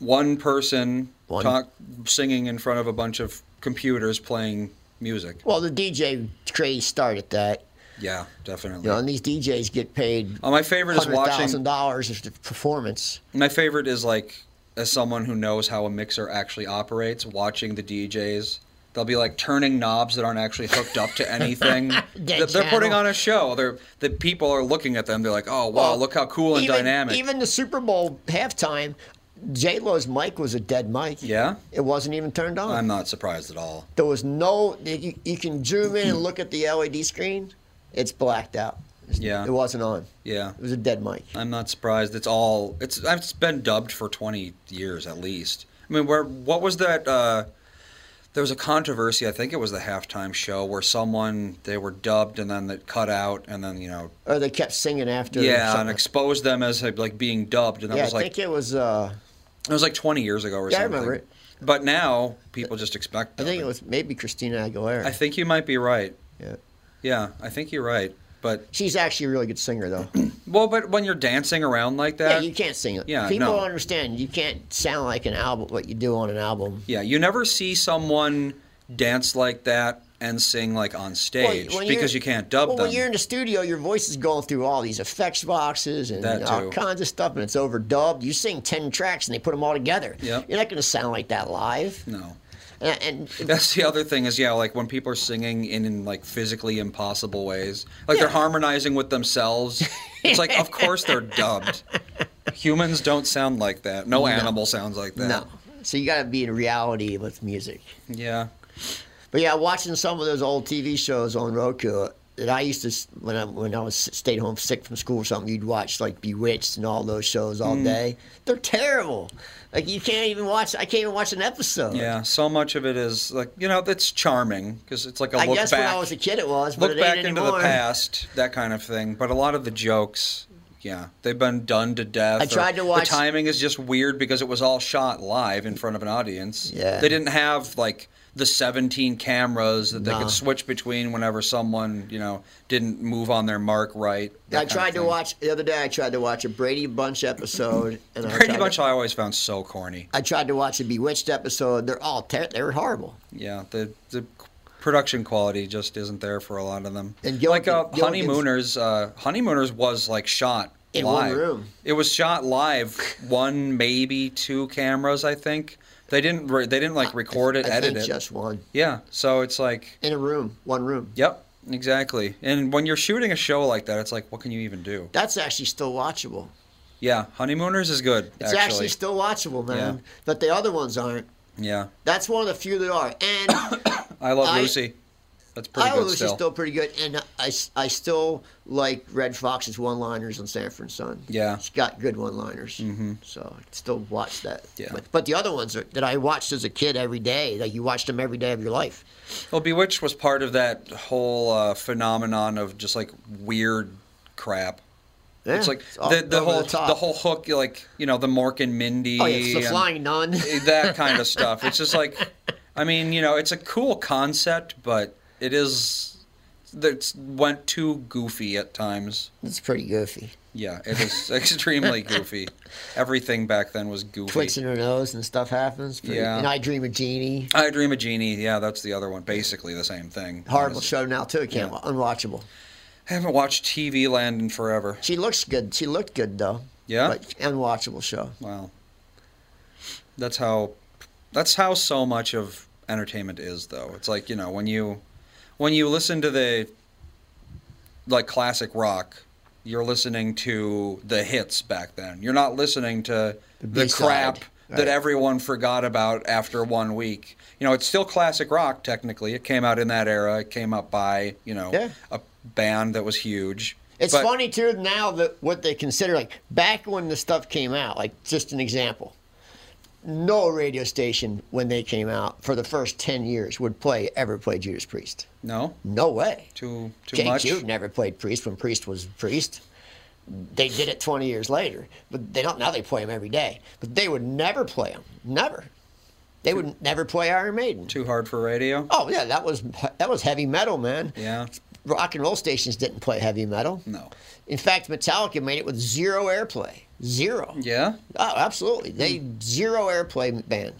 S2: One person
S1: One-
S2: talk singing in front of a bunch of computers playing music.
S1: Well, the DJ craze started that.
S2: Yeah, definitely.
S1: You know, and these DJs get paid
S2: Uh, my favorite is
S1: hundred
S2: watching.
S1: thousand dollars of the performance.
S2: My favorite is like as someone who knows how a mixer actually operates, watching the DJs. They'll be like turning knobs that aren't actually hooked up to anything. they're, they're putting
S1: channel.
S2: on a show. They're the people are looking at them. They're like, "Oh wow, look how cool and
S1: even,
S2: dynamic."
S1: Even the Super Bowl halftime, J Lo's mic was a dead mic.
S2: Yeah?
S1: it wasn't even turned on.
S2: I'm not surprised at all.
S1: there was no. You, you can zoom in and look at the LED screen. It's blacked out. It's-
S2: Yeah.
S1: it wasn't on.
S2: Yeah,
S1: It was a dead mic.
S2: I'm not surprised. It's all it's. It's been dubbed for 20 years at least. I mean, where what was that? Uh, there was a controversy. I think it was the halftime show where someone they were dubbed and then it cut out and then you know
S1: Or they kept singing after.
S2: yeah
S1: something.
S2: and exposed them as like, like being dubbed and that
S1: yeah, I
S2: was like
S1: think it was. Uh,
S2: it was like 20 years ago or
S1: Yeah, I
S2: something.
S1: remember it.
S2: But now people just expect.
S1: I think it
S2: dubbing.
S1: was maybe Christina Aguilera.
S2: I think you might be right.
S1: yeah.
S2: Yeah, I think you're right. But
S1: She's actually a really good singer, though.
S2: well, but when you're dancing around like
S1: yeah,
S2: that,
S1: you can't sing it.
S2: yeah,
S1: people
S2: no.
S1: don't understand. You can't sound like an album. What you do on an album.
S2: Yeah, you never see someone dance like that and sing like on stage
S1: Well, when you're-
S2: because you can't dub
S1: well,
S2: them.
S1: When you're in the studio, your voice is going through all these effects boxes and
S2: That too.
S1: all kinds of stuff, and it's overdubbed. You sing ten tracks, and they put them all together.
S2: Yep.
S1: You're not going to sound like that live.
S2: no.
S1: And, and
S2: That's the other thing is yeah, like when people are singing in, in like physically impossible ways, like they're harmonizing with themselves. It's like of course they're dubbed. Humans don't sound like that. No, animal sounds like that.
S1: no, so you got to be in reality with music.
S2: Yeah.
S1: But yeah, watching some of those old TV shows on Roku that I used to s- when I when I was stayed home sick from school or something, you'd watch like Bewitched and all those shows all
S2: Mm.
S1: day. They're terrible. Like you can't even watch. I can't even watch an episode.
S2: Yeah, so much of it is like, you know, it's charming because it's like a
S1: I
S2: look
S1: guess
S2: back.
S1: when I was a kid it was, but
S2: look
S1: it ain't
S2: back into
S1: anymore.
S2: the past, that kind of thing. But a lot of the jokes, yeah, they've been done to death.
S1: I
S2: or
S1: tried to watch-
S2: The timing is just weird because it was all shot live in front of an audience.
S1: Yeah.
S2: they didn't have like the 17 cameras that they
S1: No.
S2: could switch between whenever someone you know didn't move on their mark right. that
S1: I
S2: kind of
S1: tried to
S2: thing.
S1: watch the other day. I tried to watch a Brady Bunch episode, and I
S2: Pretty
S1: tried
S2: much,
S1: To,
S2: I always found so corny.
S1: I tried to watch a Bewitched episode. They're all ter- they were horrible.
S2: Yeah, the the production quality just isn't there for a lot of them.
S1: And
S2: like uh,
S1: Gilligan- Gilligan's-
S2: honeymooners, uh, honeymooners was like shot
S1: In one
S2: live.
S1: room.
S2: It was shot live, one maybe two cameras, I think. They didn't re- they didn't like record it,
S1: I
S2: edit
S1: think
S2: it.
S1: just one
S2: Yeah, so it's like
S1: in a room, one room.
S2: yep, exactly. And when you're shooting a show like that, it's like what can you even do?
S1: That's actually still watchable.
S2: Yeah, honeymooners is good
S1: It's actually,
S2: actually.
S1: still watchable, man.
S2: Yeah.
S1: But the other ones aren't.
S2: yeah.
S1: That's one of the few that are. And
S2: I love
S1: I-
S2: Lucy. That's pretty
S1: Iowa
S2: good
S1: Lucy's still.
S2: still.
S1: pretty good. And I, I still like Red Fox's one liners on Sanford and Son.
S2: Yeah.
S1: She's got good one liners. Mm-hmm. So I still watch that.
S2: Yeah.
S1: But, but the other ones are, that I watched as a kid every day, like you watched them every day of your life.
S2: Well, Bewitched was part of that whole uh, phenomenon of just like weird crap.
S1: Yeah,
S2: it's like
S1: all
S2: the, the
S1: over
S2: whole the,
S1: top.
S2: whole hook, like you know, the Mork and Mindy,
S1: Oh, yeah, it's the
S2: and eh,
S1: Flying Nun.
S2: that kind of stuff. It's just like, I mean, you know, it's a cool concept, but it is that went too goofy at times.
S1: It's pretty goofy.
S2: Yeah, it is extremely goofy. Everything back then was goofy.
S1: Twitching her nose and stuff happens. Pretty,
S2: Yeah.
S1: And I Dream of Genie.
S2: I Dream a Genie. Yeah, that's the other one. Basically the same thing.
S1: Horrible
S2: Honestly.
S1: show now, too. It can't, Unwatchable.
S2: I haven't watched TV Land in forever.
S1: She looks good. She looked good, though.
S2: Yeah?
S1: But unwatchable show.
S2: Wow. That's how that's how so much of entertainment is though. It's like, you know, when you when you listen to the like classic rock, you're listening to the hits back then. You're not listening to the,
S1: B-side,
S2: crap
S1: right.
S2: that everyone forgot about after one week. You know, it's still classic rock technically. It came out in that era. It came out by, you know,
S1: Yeah.
S2: a band that was huge.
S1: It's
S2: But-
S1: funny too now that what they consider like back when the stuff came out, like just an example. No radio station when they came out for the first ten years would play ever play Judas Priest.
S2: No?
S1: No way.
S2: Too too much.
S1: JQ never played Priest when Priest was Priest. They did it twenty years later, but they don't now they play him every day. But they would never play him, never. They would never play Iron Maiden.
S2: Too hard for radio.
S1: Oh yeah, that was that was heavy metal, man.
S2: Yeah.
S1: Rock and roll stations didn't play heavy metal.
S2: No.
S1: In fact, Metallica made it with zero airplay. Zero.
S2: Yeah, Hmm.
S1: Oh, absolutely. They zero airplay band.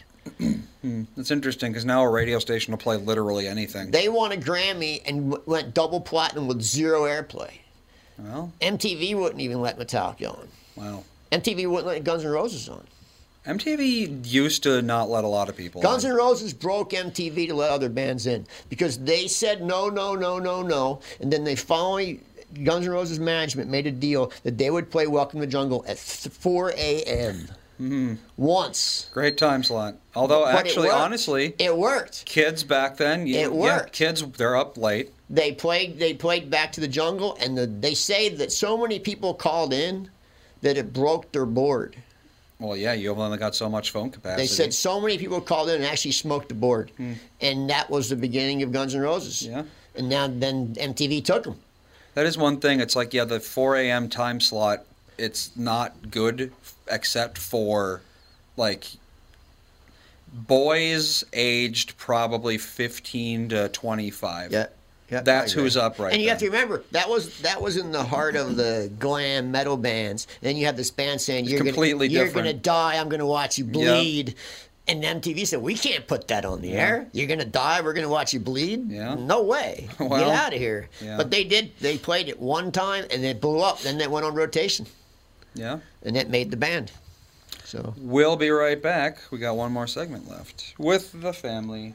S2: it's interesting because now a radio station will play literally anything.
S1: They won a Grammy and w- went double platinum with zero airplay.
S2: well,
S1: MTV wouldn't even let Metallica on.
S2: wow.
S1: MTV wouldn't let Guns N' Roses on.
S2: MTV used to not let a lot of people.
S1: Guns
S2: on.
S1: N' Roses broke MTV to let other bands in because they said no, no, no, no, no, and then they finally. Guns N' Roses management made a deal that they would play Welcome to the Jungle at th- 4 a.m. once.
S2: Great time slot. Although,
S1: But it
S2: Mm-hmm. actually,
S1: worked.
S2: honestly,
S1: it worked.
S2: kids back then, yeah,
S1: It worked.
S2: Yeah, kids, they're up late.
S1: They played. They played Back to the Jungle, and the, they say that so many people called in that it broke their board.
S2: Well, yeah, you only got so much phone capacity.
S1: They said so many people called in and actually smoked the board, and that was the beginning of Guns N' Roses.
S2: Hmm. Yeah.
S1: And now then MTV took them.
S2: that is one thing. It's like, yeah, the 4 a.m. time slot, it's not good f- except for like boys aged probably 15 to 25.
S1: Yeah. yeah I
S2: That's
S1: agree.
S2: who's up right
S1: And you have to
S2: then.
S1: remember that was that was in the heart of the glam metal bands. Then you have this band saying you're
S2: completely
S1: gonna, you're
S2: different.
S1: going to die. I'm going to watch you bleed. And MTV said we can't put that on the air. You're going to die. We're going to watch you bleed.
S2: Yeah.
S1: No way. Get
S2: Well,
S1: out of here.
S2: yeah.
S1: But they did. They played it one time and it blew up. Then they went on rotation
S2: Yeah.
S1: and that made the band. So
S2: We'll be right back. We got one more segment left with the family.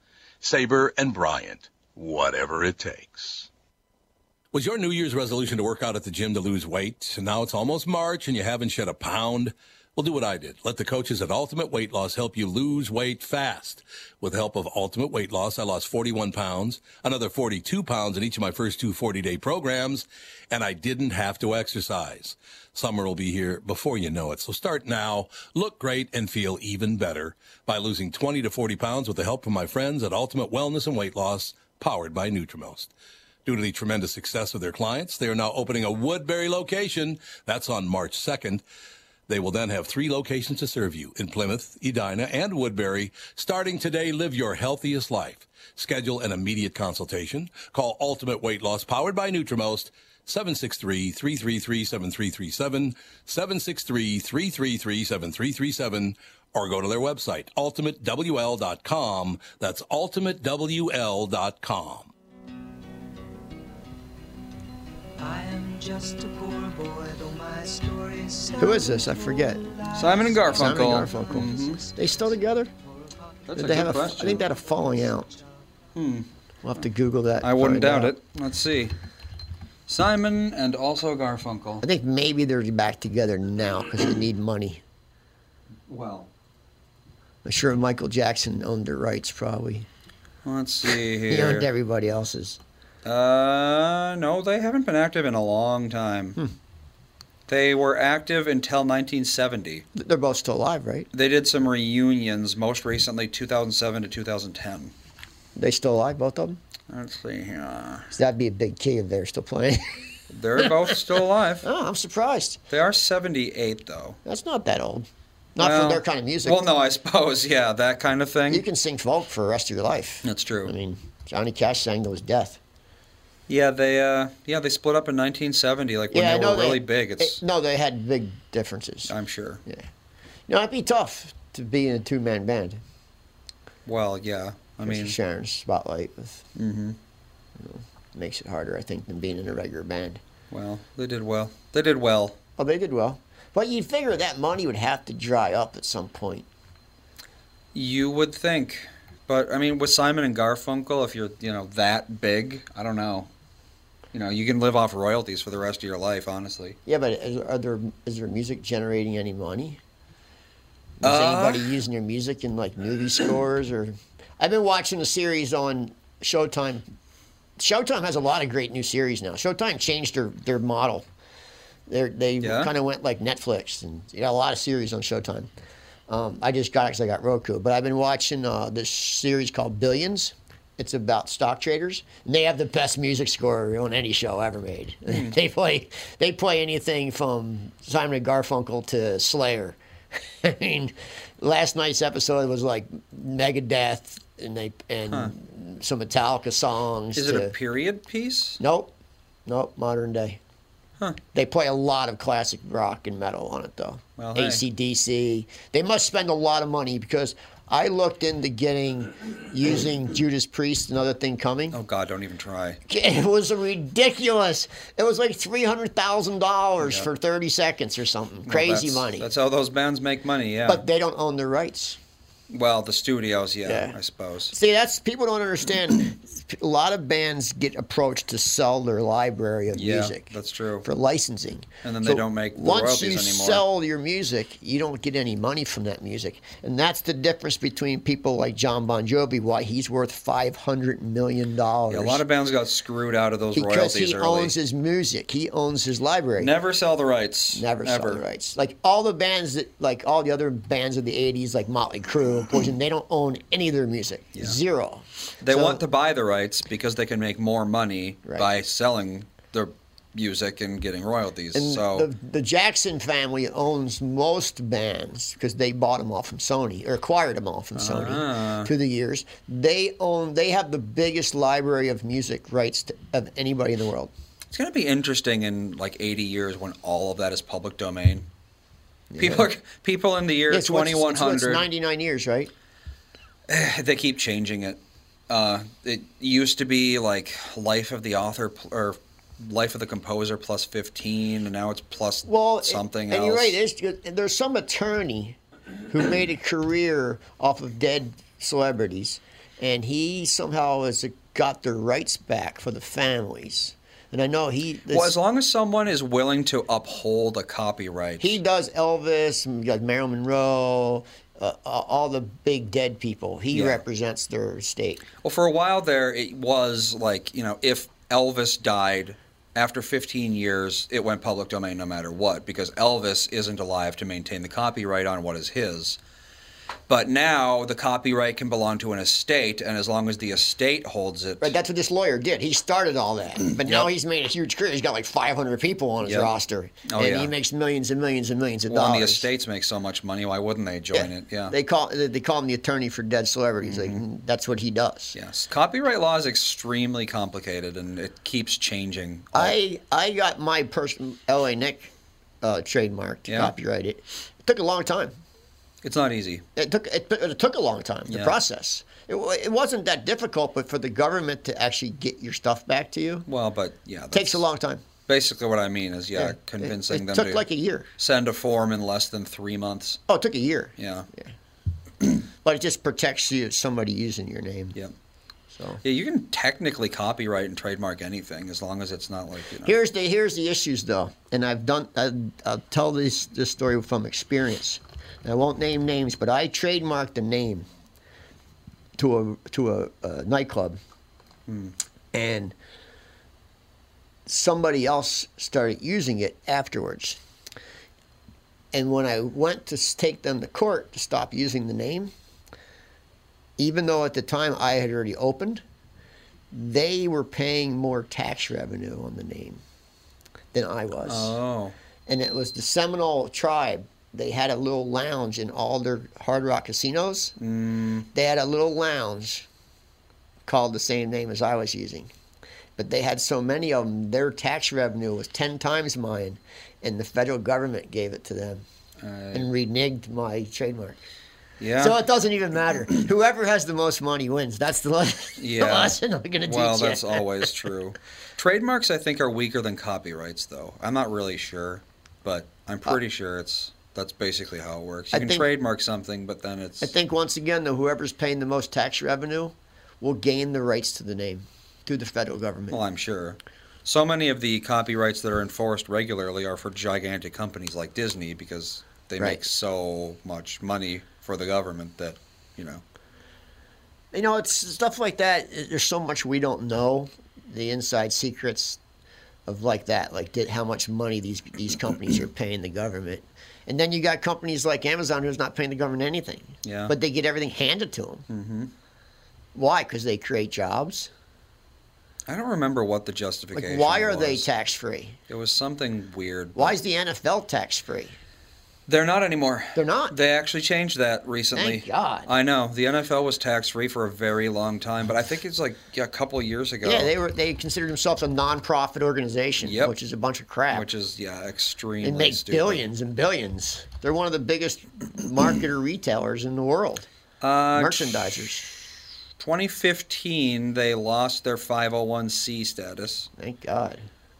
S9: Saber and Bryant, whatever it takes.
S6: Was your New Year's resolution to work out at the gym to lose weight? And now it's almost March and you haven't shed a pound? Well, do what I did. Let the coaches at Ultimate Weight Loss help you lose weight fast. With the help of Ultimate Weight Loss, I lost 41 pounds, another 42 pounds in each of my first two 40 day programs, and I didn't have to exercise. Summer will be here before you know it. So start now, look great, and feel even better by losing 20 to 40 pounds with the help of my friends at Ultimate Wellness and Weight Loss. powered by Nutrimost. Due to the tremendous success of their clients, they are now opening a Woodbury location. That's on March 2nd. They will then have three locations to serve you in Plymouth, Edina, and Woodbury. Starting today, live your healthiest life. Schedule an immediate consultation. Call Ultimate Weight Loss powered by Nutrimost 763-333-7337, 763-333-7337, or go to their website, ultimatewl.com. That's ultimatewl.com.
S8: I am just a poor boy, though my story
S1: Who is this? I forget.
S2: Simon and Garfunkel. Mm-hmm.
S1: Simon and Garfunkel. They still together?
S2: That's
S1: Did they
S2: a good
S1: have a-
S2: question.
S1: I think they had a falling out.
S2: Hmm.
S1: We'll have to Google that.
S2: I
S1: and
S2: wouldn't
S1: find
S2: doubt
S1: out.
S2: it. Let's see. Simon and also Garfunkel.
S1: I think maybe they're back together now because they need money.
S2: Well,
S1: I'm sure Michael Jackson owned their rights, probably.
S2: let's see here.
S1: He owned everybody else's.
S2: Uh, no, they haven't been active in a long time.
S1: Hmm.
S2: They were active until 1970.
S1: They're both still alive, right?
S2: They did some reunions, most recently 2007 to 2010.
S1: They still alive, both of them?
S2: Let's see here.
S1: So that'd be a big key if they're still playing.
S2: They're both still alive.
S1: oh, I'm surprised.
S2: They are 78, though.
S1: That's not that old. Not for
S2: Well,
S1: their kind of music.
S2: Well, no, I suppose, yeah, that kind of thing.
S1: You can sing folk for the rest of your life.
S2: That's true.
S1: I mean, Johnny Cash sang those death.
S2: yeah, they uh, yeah they split up in 1970, like when
S1: yeah, I
S2: they
S1: know
S2: were really big. It's
S1: eh, no, they had big differences.
S2: I'm sure.
S1: Yeah. No, it'd be tough to be in a two man band.
S2: Well, yeah. I
S1: Especially
S2: mean,
S1: sharing spotlight with
S2: mhm.
S1: makes it harder, I think, than being in a regular band.
S2: well, they did well. They did well.
S1: Oh, they did well. But you'd figure that money would have to dry up at some point.
S2: You would think, but I mean, with Simon and Garfunkel, if you're you know that big, I don't know. You know, you can live off royalties for the rest of your life, honestly.
S1: Yeah, but is, are there is their music generating any money? Is
S2: Uh,
S1: anybody using their music in like movie scores or? I've been watching a series on Showtime. Showtime has a lot of great new series now. Showtime changed their their model. They're, they
S2: Yeah?
S1: kind of went like Netflix, and you got a lot of series on Showtime. Um, I just got it because I got Roku, but I've been watching uh, this series called Billions. It's about stock traders, and they have the best music score on any show ever made. they play they play anything from Simon and Garfunkel to Slayer. I mean, last night's episode was like Megadeth, and they and some Metallica songs.
S2: Is it
S1: to-
S2: a period piece?
S1: Nope. Nope. Modern day.
S2: Huh.
S1: They play a lot of classic rock and metal on it, though.
S2: Well, hey.
S1: ACDC. They must spend a lot of money because I looked into getting using Judas Priest, another thing coming.
S2: Oh God, don't even try.
S1: It was ridiculous. It was like $300,000
S2: Yeah.
S1: for 30 seconds or something.
S2: Well,
S1: Crazy
S2: that's-
S1: money.
S2: That's how those bands make money, yeah.
S1: But they don't own their rights.
S2: well, the studios, yeah,
S1: Yeah.
S2: I suppose.
S1: See, that's people don't understand. a lot of bands get approached to sell their library of
S2: Yeah,
S1: music.
S2: that's true.
S1: For licensing.
S2: And then they don't make the
S1: once
S2: royalties
S1: you
S2: anymore.
S1: sell your music, you don't get any money from that music, and that's the difference between people like John Bon Jovi. Why he's worth five hundred million dollars?
S2: Yeah, a lot of bands got screwed out of those
S1: because
S2: royalties
S1: he
S2: early.
S1: owns his music, he owns his library.
S2: Never sell the rights.
S1: Never sell
S2: Ever.
S1: the rights. Like all the bands that, like all the other bands of the '80s, like Motley Crue, Poison, they don't own any of their music. Zero.
S2: They
S1: So-
S2: want to buy the rights because they can make more money
S1: Right.
S2: by selling their music and getting royalties.
S1: And
S2: so
S1: the, the Jackson family owns most bands because they bought them all from Sony or acquired them all from
S2: Ah.
S1: Sony through the years. They own they have the biggest library of music rights to, of anybody in the world.
S2: It's going to be interesting in like 80 years when all of that is public domain. People, are, people in the year
S1: It's what's- it's what's
S2: 2100,
S1: 99 years, right?
S2: they keep changing it. Uh, it used to be like life of the author pl- or life of the composer plus 15, and now it's plus
S1: Well, it-
S2: something
S1: and
S2: else.
S1: you're right. There's, there's some attorney who made a career off of dead celebrities, and he somehow has got their rights back for the families. And I know he
S2: well, as long as someone is willing to uphold a copyright,
S1: He does Elvis, and, like Marilyn Monroe, uh, uh, all the big dead people. He
S2: Yeah.
S1: represents their state.
S2: Well, for a while there, it was like you know, if Elvis died after 15 years, it went public domain no matter what because Elvis isn't alive to maintain the copyright on what is his. But now the copyright can belong to an estate, and as long as the estate holds it,
S1: Right, that's what this lawyer did. He started all that, but now he's made a huge career. He's got like 500 people on his
S2: Yep.
S1: roster,
S2: Oh,
S1: and
S2: yeah.
S1: he makes millions and millions and millions of
S2: well, and the
S1: dollars.
S2: estates make so much money, why wouldn't they join it? Yeah. Mm-hmm.
S1: They call they call him the attorney for dead celebrities. Like that's what he does.
S2: Yes. Copyright law is extremely complicated, and it keeps changing.
S1: I I got my person LA Nick uh, trademarked,
S2: Yeah.
S1: copyrighted. It took a long time.
S2: It's not easy.
S1: It took it, it took a long time. The
S2: Yeah.
S1: process. It, wa- it wasn't that difficult, but for the government to actually get your stuff back to you
S2: Well, but yeah, that's
S1: takes a long time.
S2: basically what I mean is yeah, convincing
S1: it, it
S2: them
S1: took
S2: to
S1: like a year.
S2: send a form in less than three months.
S1: Oh, it took a year,
S2: Yeah.
S1: but it just protects you somebody using your name.
S2: Yep.
S1: So
S2: Yeah, you can technically copyright and trademark anything as long as it's not like you know.
S1: Here's the here's the issues though, and I've done I, I'll tell this this story from experience. And I won't name names, but I trademarked a name to a to a, a nightclub, and somebody else started using it afterwards. And when I went to s- take them to court to stop using the name, even though at the time I had already opened, they were paying more tax revenue on the name than I was.
S2: Oh.
S1: And it was the Seminole tribe. They had a little lounge in all their Hard Rock casinos.
S2: Mm,
S1: They had a little lounge called the same name as I was using. But they had so many of them, their tax revenue was 10 times mine, and the federal government gave it to them
S2: uh,
S1: and reneged my trademark.
S2: yeah.
S1: So it doesn't even matter. Whoever has the most money wins. That's the, le-
S2: Yeah.
S1: the lesson I'm going to teach
S2: well,
S1: you.
S2: that's always true. Trademarks, I think, are weaker than copyrights, though. I'm not really sure, but I'm pretty sure it's that's basically how it works.
S1: Uh,
S2: You
S1: I
S2: can
S1: think-
S2: trademark something, but then it's
S1: I think once again, though, whoever's paying the most tax revenue will gain the rights to the name through the federal government.
S2: well, I'm sure. So many of the copyrights that are enforced regularly are for gigantic companies like Disney because they
S1: Right.
S2: make so much money for the government that you know.
S1: You know, it's stuff like that. it- There's so much we don't know, the inside secrets of like that, like did, how much money these these companies are paying the government, and then you got companies like Amazon who's not paying the government anything,
S2: Yeah.
S1: but they get everything handed to them.
S2: hmm
S1: Why? Because they create jobs.
S2: I don't remember what the
S1: Like,
S2: justification.
S1: why are they
S2: was.
S1: tax free?
S2: It was something weird.
S1: Why is the NFL tax free?
S2: They're not anymore.
S1: They're not.
S2: They actually changed that recently.
S1: Thank God.
S2: I know the NFL was tax free for a very long time, but I think it's like yeah, a couple of years ago.
S1: Yeah, they were. They considered themselves a nonprofit organization,
S2: Yep.
S1: which is a bunch of crap.
S2: which is yeah, extremely.
S1: they make
S2: stupid.
S1: billions and billions. They're one of the biggest marketer retailers in the world.
S2: Uh,
S1: Merchandisers.
S2: 2015, they lost their 501c status,
S1: Thank God.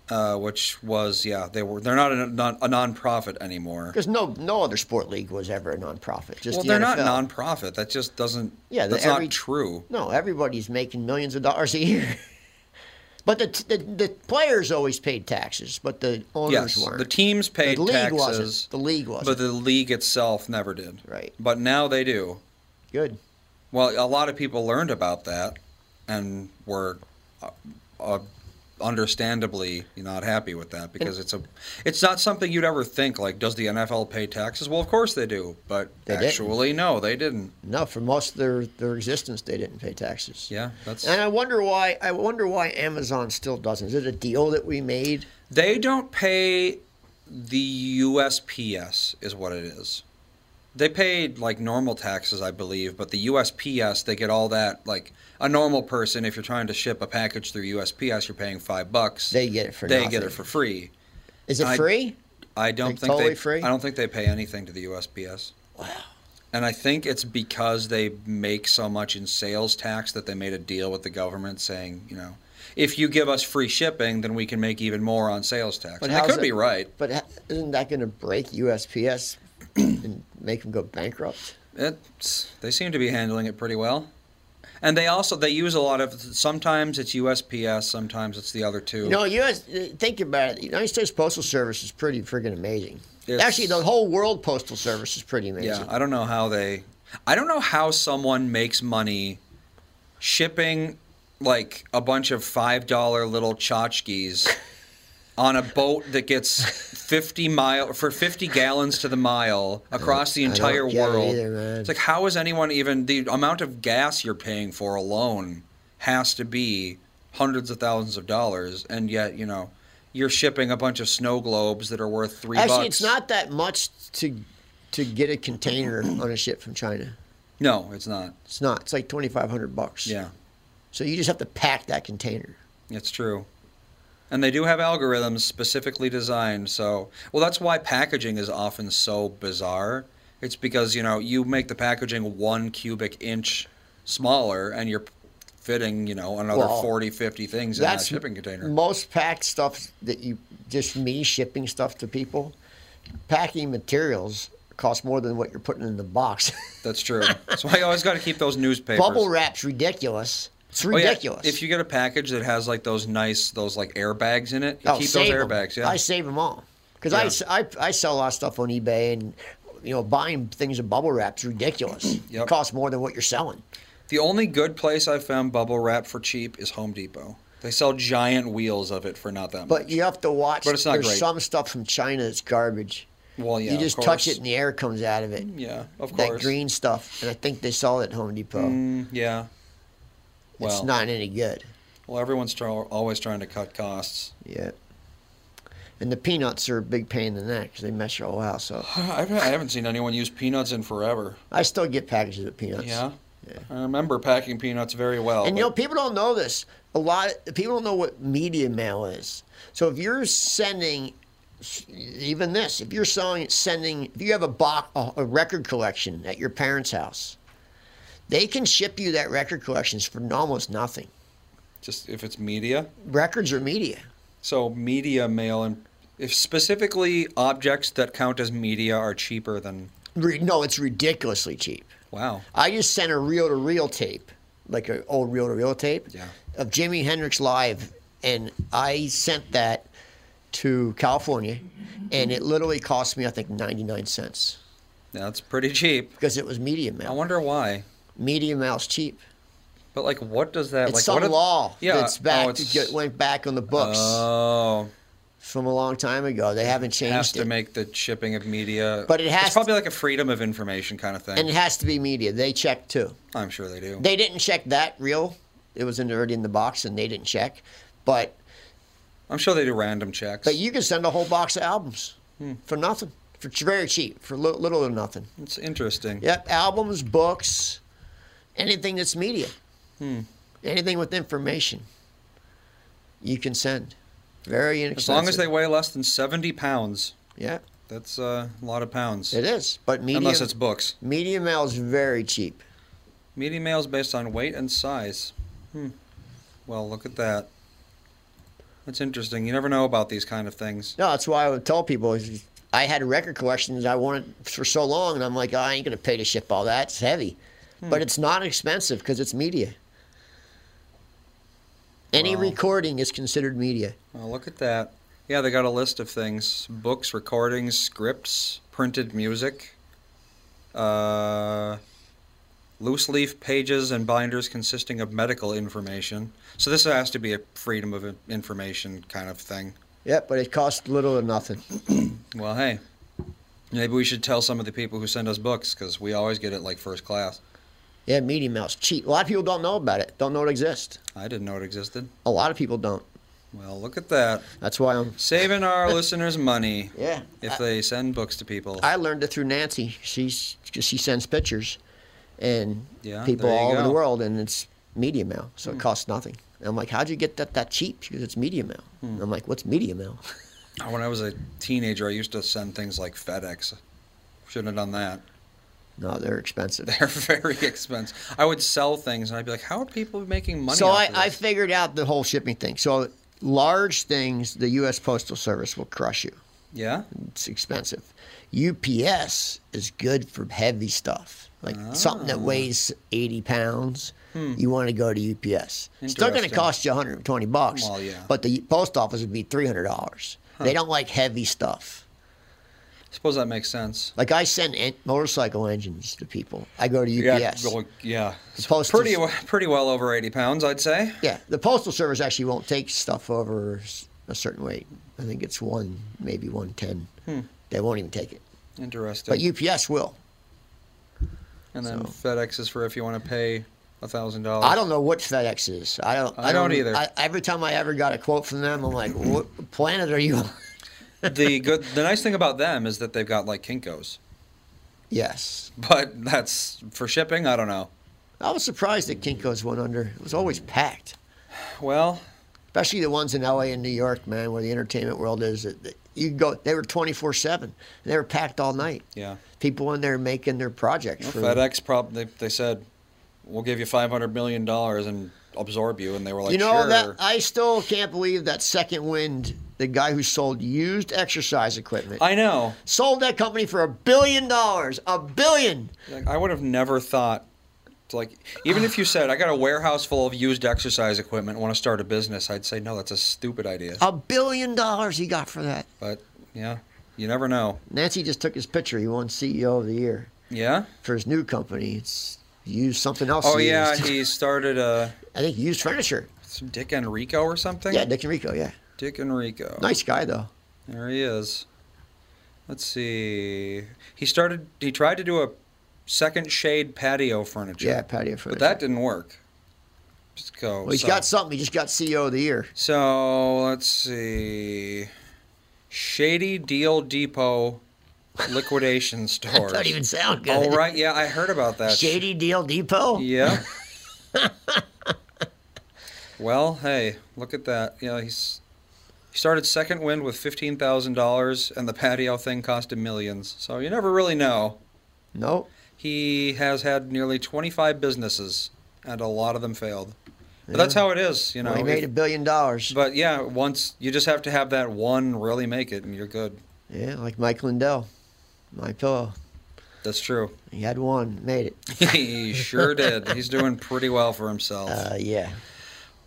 S2: uh, which was yeah, they were they're not a, non, a nonprofit anymore.
S1: Because no, no other sport league was ever a nonprofit. Just
S2: well,
S1: the
S2: they're
S1: NFL.
S2: not nonprofit. That just doesn't.
S1: Yeah, the-
S2: that's
S1: every-
S2: not true.
S1: No, everybody's making millions of dollars a year. but the, the the players always paid taxes, but the owners
S2: Yes,
S1: weren't.
S2: the teams paid
S1: league
S2: taxes,
S1: wasn't. The league wasn't.
S2: but the league itself never did.
S1: right.
S2: But now they do.
S1: Good.
S2: Well, a lot of people learned about that and were uh, uh, understandably not happy with that because it's a it's not something you'd ever think like does the NFL pay taxes? Well, of course they do, but
S1: They didn't.
S2: actually no, they didn't.
S1: No, for most of their, their existence, they didn't pay taxes.
S2: Yeah, that's
S1: And I wonder why. I wonder why Amazon still doesn't. Is it a deal that we made?
S2: they don't pay the USPS is what it is. They paid like normal taxes, I believe, but the USPS they get all that like a normal person if you're trying to ship a package through USPS, you're paying 5 bucks.
S1: They get it for.
S2: they
S1: nothing.
S2: get it for free.
S1: Is it
S2: I-
S1: free?
S2: I don't
S1: Like
S2: think
S1: totally
S2: they.
S1: free?
S2: I don't think they pay anything to the USPS. Wow. And I think it's because they make so much in sales tax that they made a deal with the government saying, you know, if you give us free shipping, then we can make even more on sales tax.
S1: But
S2: And I
S1: how's
S2: could
S1: it-
S2: be right.
S1: But ha- isn't that going to break USPS and make them go bankrupt?
S2: It's, they seem to be handling it pretty well. And they also they use a lot of sometimes it's USPS, sometimes it's the other two.
S1: You know, US. uh, Think about it. The United States Postal Service is pretty friggin' amazing.
S2: It's-
S1: Actually, the whole world postal service is pretty
S2: Yeah,
S1: amazing.
S2: I don't know how they. I don't know how someone makes money shipping like a bunch of five dollar little tchotchkes on a boat that gets 50 mile for 50 gallons to the mile across the
S1: I don't
S2: entire
S1: get it
S2: world.
S1: either, man.
S2: it's like how is anyone even the amount of gas you're paying for alone has to be hundreds of thousands of dollars and yet, you know, you're shipping a bunch of snow globes that are worth 3
S1: Actually,
S2: bucks.
S1: it's not that much to to get a container on a ship from China.
S2: No, it's not.
S1: It's not. It's like twenty five hundred bucks.
S2: Yeah.
S1: So you just have to pack that container.
S2: It's true. And they do have algorithms specifically designed. So, well, that's why packaging is often so bizarre. It's because, you know, you make the packaging one cubic inch smaller and you're fitting, you know, another
S1: Well,
S2: forty, fifty 40, 50 things in that shipping container.
S1: Most packed stuff that you just me shipping stuff to people, packing materials costs more than what you're putting in the box.
S2: That's true. That's why you always got to keep those newspapers.
S1: Bubble wrap's ridiculous. It's
S2: Oh, yeah.
S1: ridiculous.
S2: If you get a package that has like those nice, those like airbags in it, you
S1: Oh,
S2: keep those
S1: save 'em.
S2: airbags. Yeah.
S1: I save them all because
S2: Yeah.
S1: I, I, I sell a lot of stuff on eBay and you know buying things in bubble wrap is ridiculous.
S2: Yep.
S1: It costs more than what you're selling.
S2: The only good place I've found bubble wrap for cheap is Home Depot. They sell giant wheels of it for not that much.
S1: But you have to watch.
S2: But it's not
S1: There's
S2: great.
S1: some stuff from China that's garbage.
S2: Well, yeah,
S1: You
S2: of
S1: just touch
S2: course.
S1: it and the air comes out of it.
S2: Yeah, of
S1: that
S2: course.
S1: green stuff, and I think they sell it at Home Depot.
S2: Mm, yeah. Well,
S1: It's not any good.
S2: well, everyone's try- always trying to cut costs.
S1: Yeah. And the peanuts are a big pain in the neck because they mess your whole house up.
S2: I've, I haven't seen anyone use peanuts in forever.
S1: I still get packages of peanuts.
S2: Yeah. I remember packing peanuts very well.
S1: And
S2: but-
S1: you know, people don't know this. A lot of people don't know what media mail is. So if you're sending, even this, if you're selling, sending, if you have a box, a, a record collection at your parents' house, they can ship you that record collections for almost nothing.
S2: just if it's media.
S1: Records are media.
S2: So media mail and if specifically objects that count as media are cheaper than
S1: Re- no, it's ridiculously cheap.
S2: wow.
S1: I just sent a reel to reel tape, like an old reel to reel tape, of Jimi Hendrix Live. And I sent that to California, and it literally cost me, I think, 99 cents
S2: That's pretty cheap.
S1: because it was media mail.
S2: I wonder why.
S1: Media mail's cheap.
S2: But like, what does that?
S1: It's
S2: like,
S1: some
S2: what are-
S1: law
S2: Yeah,
S1: that's back,
S2: oh, it's-
S1: that went back on the books
S2: Oh,
S1: from a long time ago. They haven't
S2: it
S1: changed
S2: has
S1: it.
S2: to make the shipping of media.
S1: But it has
S2: It's
S1: to-
S2: probably like a freedom of information kind of thing.
S1: and it has to be media. They check too.
S2: I'm sure they do.
S1: They didn't check that reel. It was in- already in the box, and they didn't check. But
S2: I'm sure they do random checks.
S1: But you can send a whole box of albums for nothing, for ch- very cheap, for li- little or nothing.
S2: it's interesting.
S1: Yep, albums, books, anything that's media,
S2: Hmm.
S1: anything with information, you can send. Very
S2: As
S1: inexpensive.
S2: long as they weigh less than 70 pounds,
S1: yeah,
S2: that's uh, a lot of pounds.
S1: it is. But media,
S2: Unless it's books.
S1: media mail is very cheap.
S2: Media mail's based on weight and size. Hmm. Well, look at that. That's interesting. You never know about these kind of things.
S1: No, that's why I would tell people. is I had record collections I wanted for so long, and I'm like, "Oh, I ain't gonna pay to ship all that. It's heavy, but it's not expensive because it's media. Any
S2: Wow.
S1: recording is considered media.
S2: Well, look at that. Yeah, they got a list of things: books, recordings, scripts, printed music, uh, loose leaf pages and binders consisting of medical information. So this has to be a freedom of in- information kind of thing.
S1: Yep, but it costs little or nothing.
S2: Well, hey, maybe we should tell some of the people who send us books because we always get it like first class.
S1: Yeah, media mail's cheap. A lot of people don't know about it. Don't know it exists.
S2: I didn't know it existed.
S1: A lot of people don't.
S2: Well, look at that.
S1: That's why I'm.
S2: Saving our listeners money
S1: Yeah,
S2: if they send books to people.
S1: I learned it through Nancy. She's 'cause she sends pictures, and
S2: Yeah,
S1: people
S2: there you
S1: all over the
S2: go. Hmm.
S1: world, and it's media mail, so it costs nothing. And I'm like, how'd you get that that cheap? She goes, it's media mail.
S2: Hmm.
S1: And I'm like, what's media mail?
S2: When I was a teenager, I used to send things like FedEx. Shouldn't have done that.
S1: No, they're expensive.
S2: They're very expensive. I would sell things, and I'd be like, "How are people making money?"
S1: so
S2: off
S1: I,
S2: of
S1: I
S2: this?"
S1: figured out the whole shipping thing. So large things, the U.S. Postal Service will crush you.
S2: yeah,
S1: It's expensive. UPS is good for heavy stuff, like something
S2: Ah.
S1: that weighs 80 pounds. You want to go to UPS. It's still going to
S2: Hmm. Interesting.
S1: cost you 120 bucks.
S2: Well, yeah.
S1: But the post office would be $300. They don't like heavy stuff.
S2: suppose that makes sense.
S1: Like I send en- motorcycle engines to people. I go to
S2: Yeah,
S1: UPS.
S2: well, yeah.
S1: The postal-
S2: Pretty, w- pretty well over eighty pounds, I'd say.
S1: yeah, the postal service actually won't take stuff over s- a certain weight. I think it's one, maybe one ten.
S2: Hmm.
S1: They won't even take it,
S2: Interesting.
S1: but UPS will.
S2: and then FedEx is for if you want to pay a thousand dollars.
S1: I don't know what FedEx is. I don't.
S2: I don't either.
S1: I, every time I ever got a quote from them, I'm like, "What planet are you on?"
S2: the good, the nice thing about them is that they've got like Kinkos,
S1: Yes,
S2: but that's for shipping. I don't know.
S1: I was surprised that Kinkos went under. It was always packed.
S2: Well,
S1: especially the ones in LA and New York, man, where the entertainment world is. that- that You could go. They were 24 seven. They were packed all night.
S2: Yeah.
S1: People in there making their projects.
S2: Well,
S1: for,
S2: FedEx prob they, they said we'll give you five hundred million dollars and absorb you, and they were like,
S1: you know
S2: sure.
S1: that I still can't believe that Second Wind, the guy who sold used exercise equipment,
S2: I know.
S1: sold that company for a billion dollars. A billion.
S2: Like, I would have never thought. it's Like even if you said I got a warehouse full of used exercise equipment, want to start a business, I'd say no, that's a stupid idea.
S1: A billion dollars he got for that.
S2: But yeah, you never know.
S1: Nancy just took his picture. He won CEO of the year
S2: Yeah.
S1: for his new company. It's used something else.
S2: Oh
S1: he
S2: yeah,
S1: used.
S2: he started a
S1: I think used furniture.
S2: some Dick Enrico or something.
S1: Yeah, Dick Enrico. Yeah,
S2: Dick Enrico.
S1: nice guy though.
S2: There he is. Let's see. He started. He tried to do a second shade patio furniture.
S1: Yeah, patio furniture.
S2: But that didn't work. Just go.
S1: Well, he's
S2: so,
S1: got something. He just got CEO of the year.
S2: so let's see. Shady Deal Depot liquidation
S1: That
S2: stores.
S1: don't even sound good.
S2: All right. Yeah, I heard about that.
S1: Shady Deal Depot.
S2: Yeah. well, hey, look at that. You know, he's he started second wind with fifteen thousand dollars, and the patio thing cost him millions. So you never really know.
S1: No.
S2: He has had nearly twenty-five businesses, and a lot of them failed. But that's how it is, you know.
S1: Well, he made a
S2: if-
S1: billion dollars.
S2: but yeah, once you just have to have that one really make it, and you're good.
S1: Yeah, like Mike Lindell, my pillow.
S2: That's true.
S1: He had one, made it.
S2: he sure did. He's doing pretty well for himself.
S1: Uh, yeah.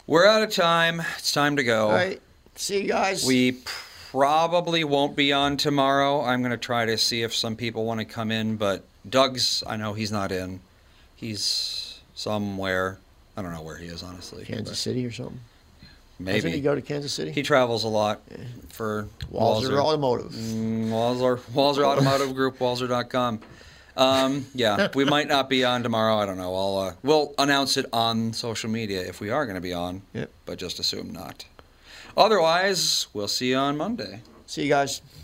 S2: We're out of time. It's time to go.
S1: All right. See you guys.
S2: Oh. We probably won't be on tomorrow. I'm going to try to see if some people want to come in, but Doug's, I know he's not in. He's somewhere. I don't know where he is, honestly.
S1: Kansas
S2: but
S1: City or something. Doesn't he
S2: Maybe.
S1: go to Kansas City?
S2: He travels a lot for
S1: Walzer
S2: Walzer.
S1: Automotive.
S2: Mm, Walzer, Walzer Automotive Group, Walzer.com. Um, yeah, we might not be on tomorrow. I don't know. I'll uh, we'll announce it on social media if we are going to be on.
S1: Yep.
S2: But just assume not. Otherwise, we'll see you on Monday.
S1: See you guys.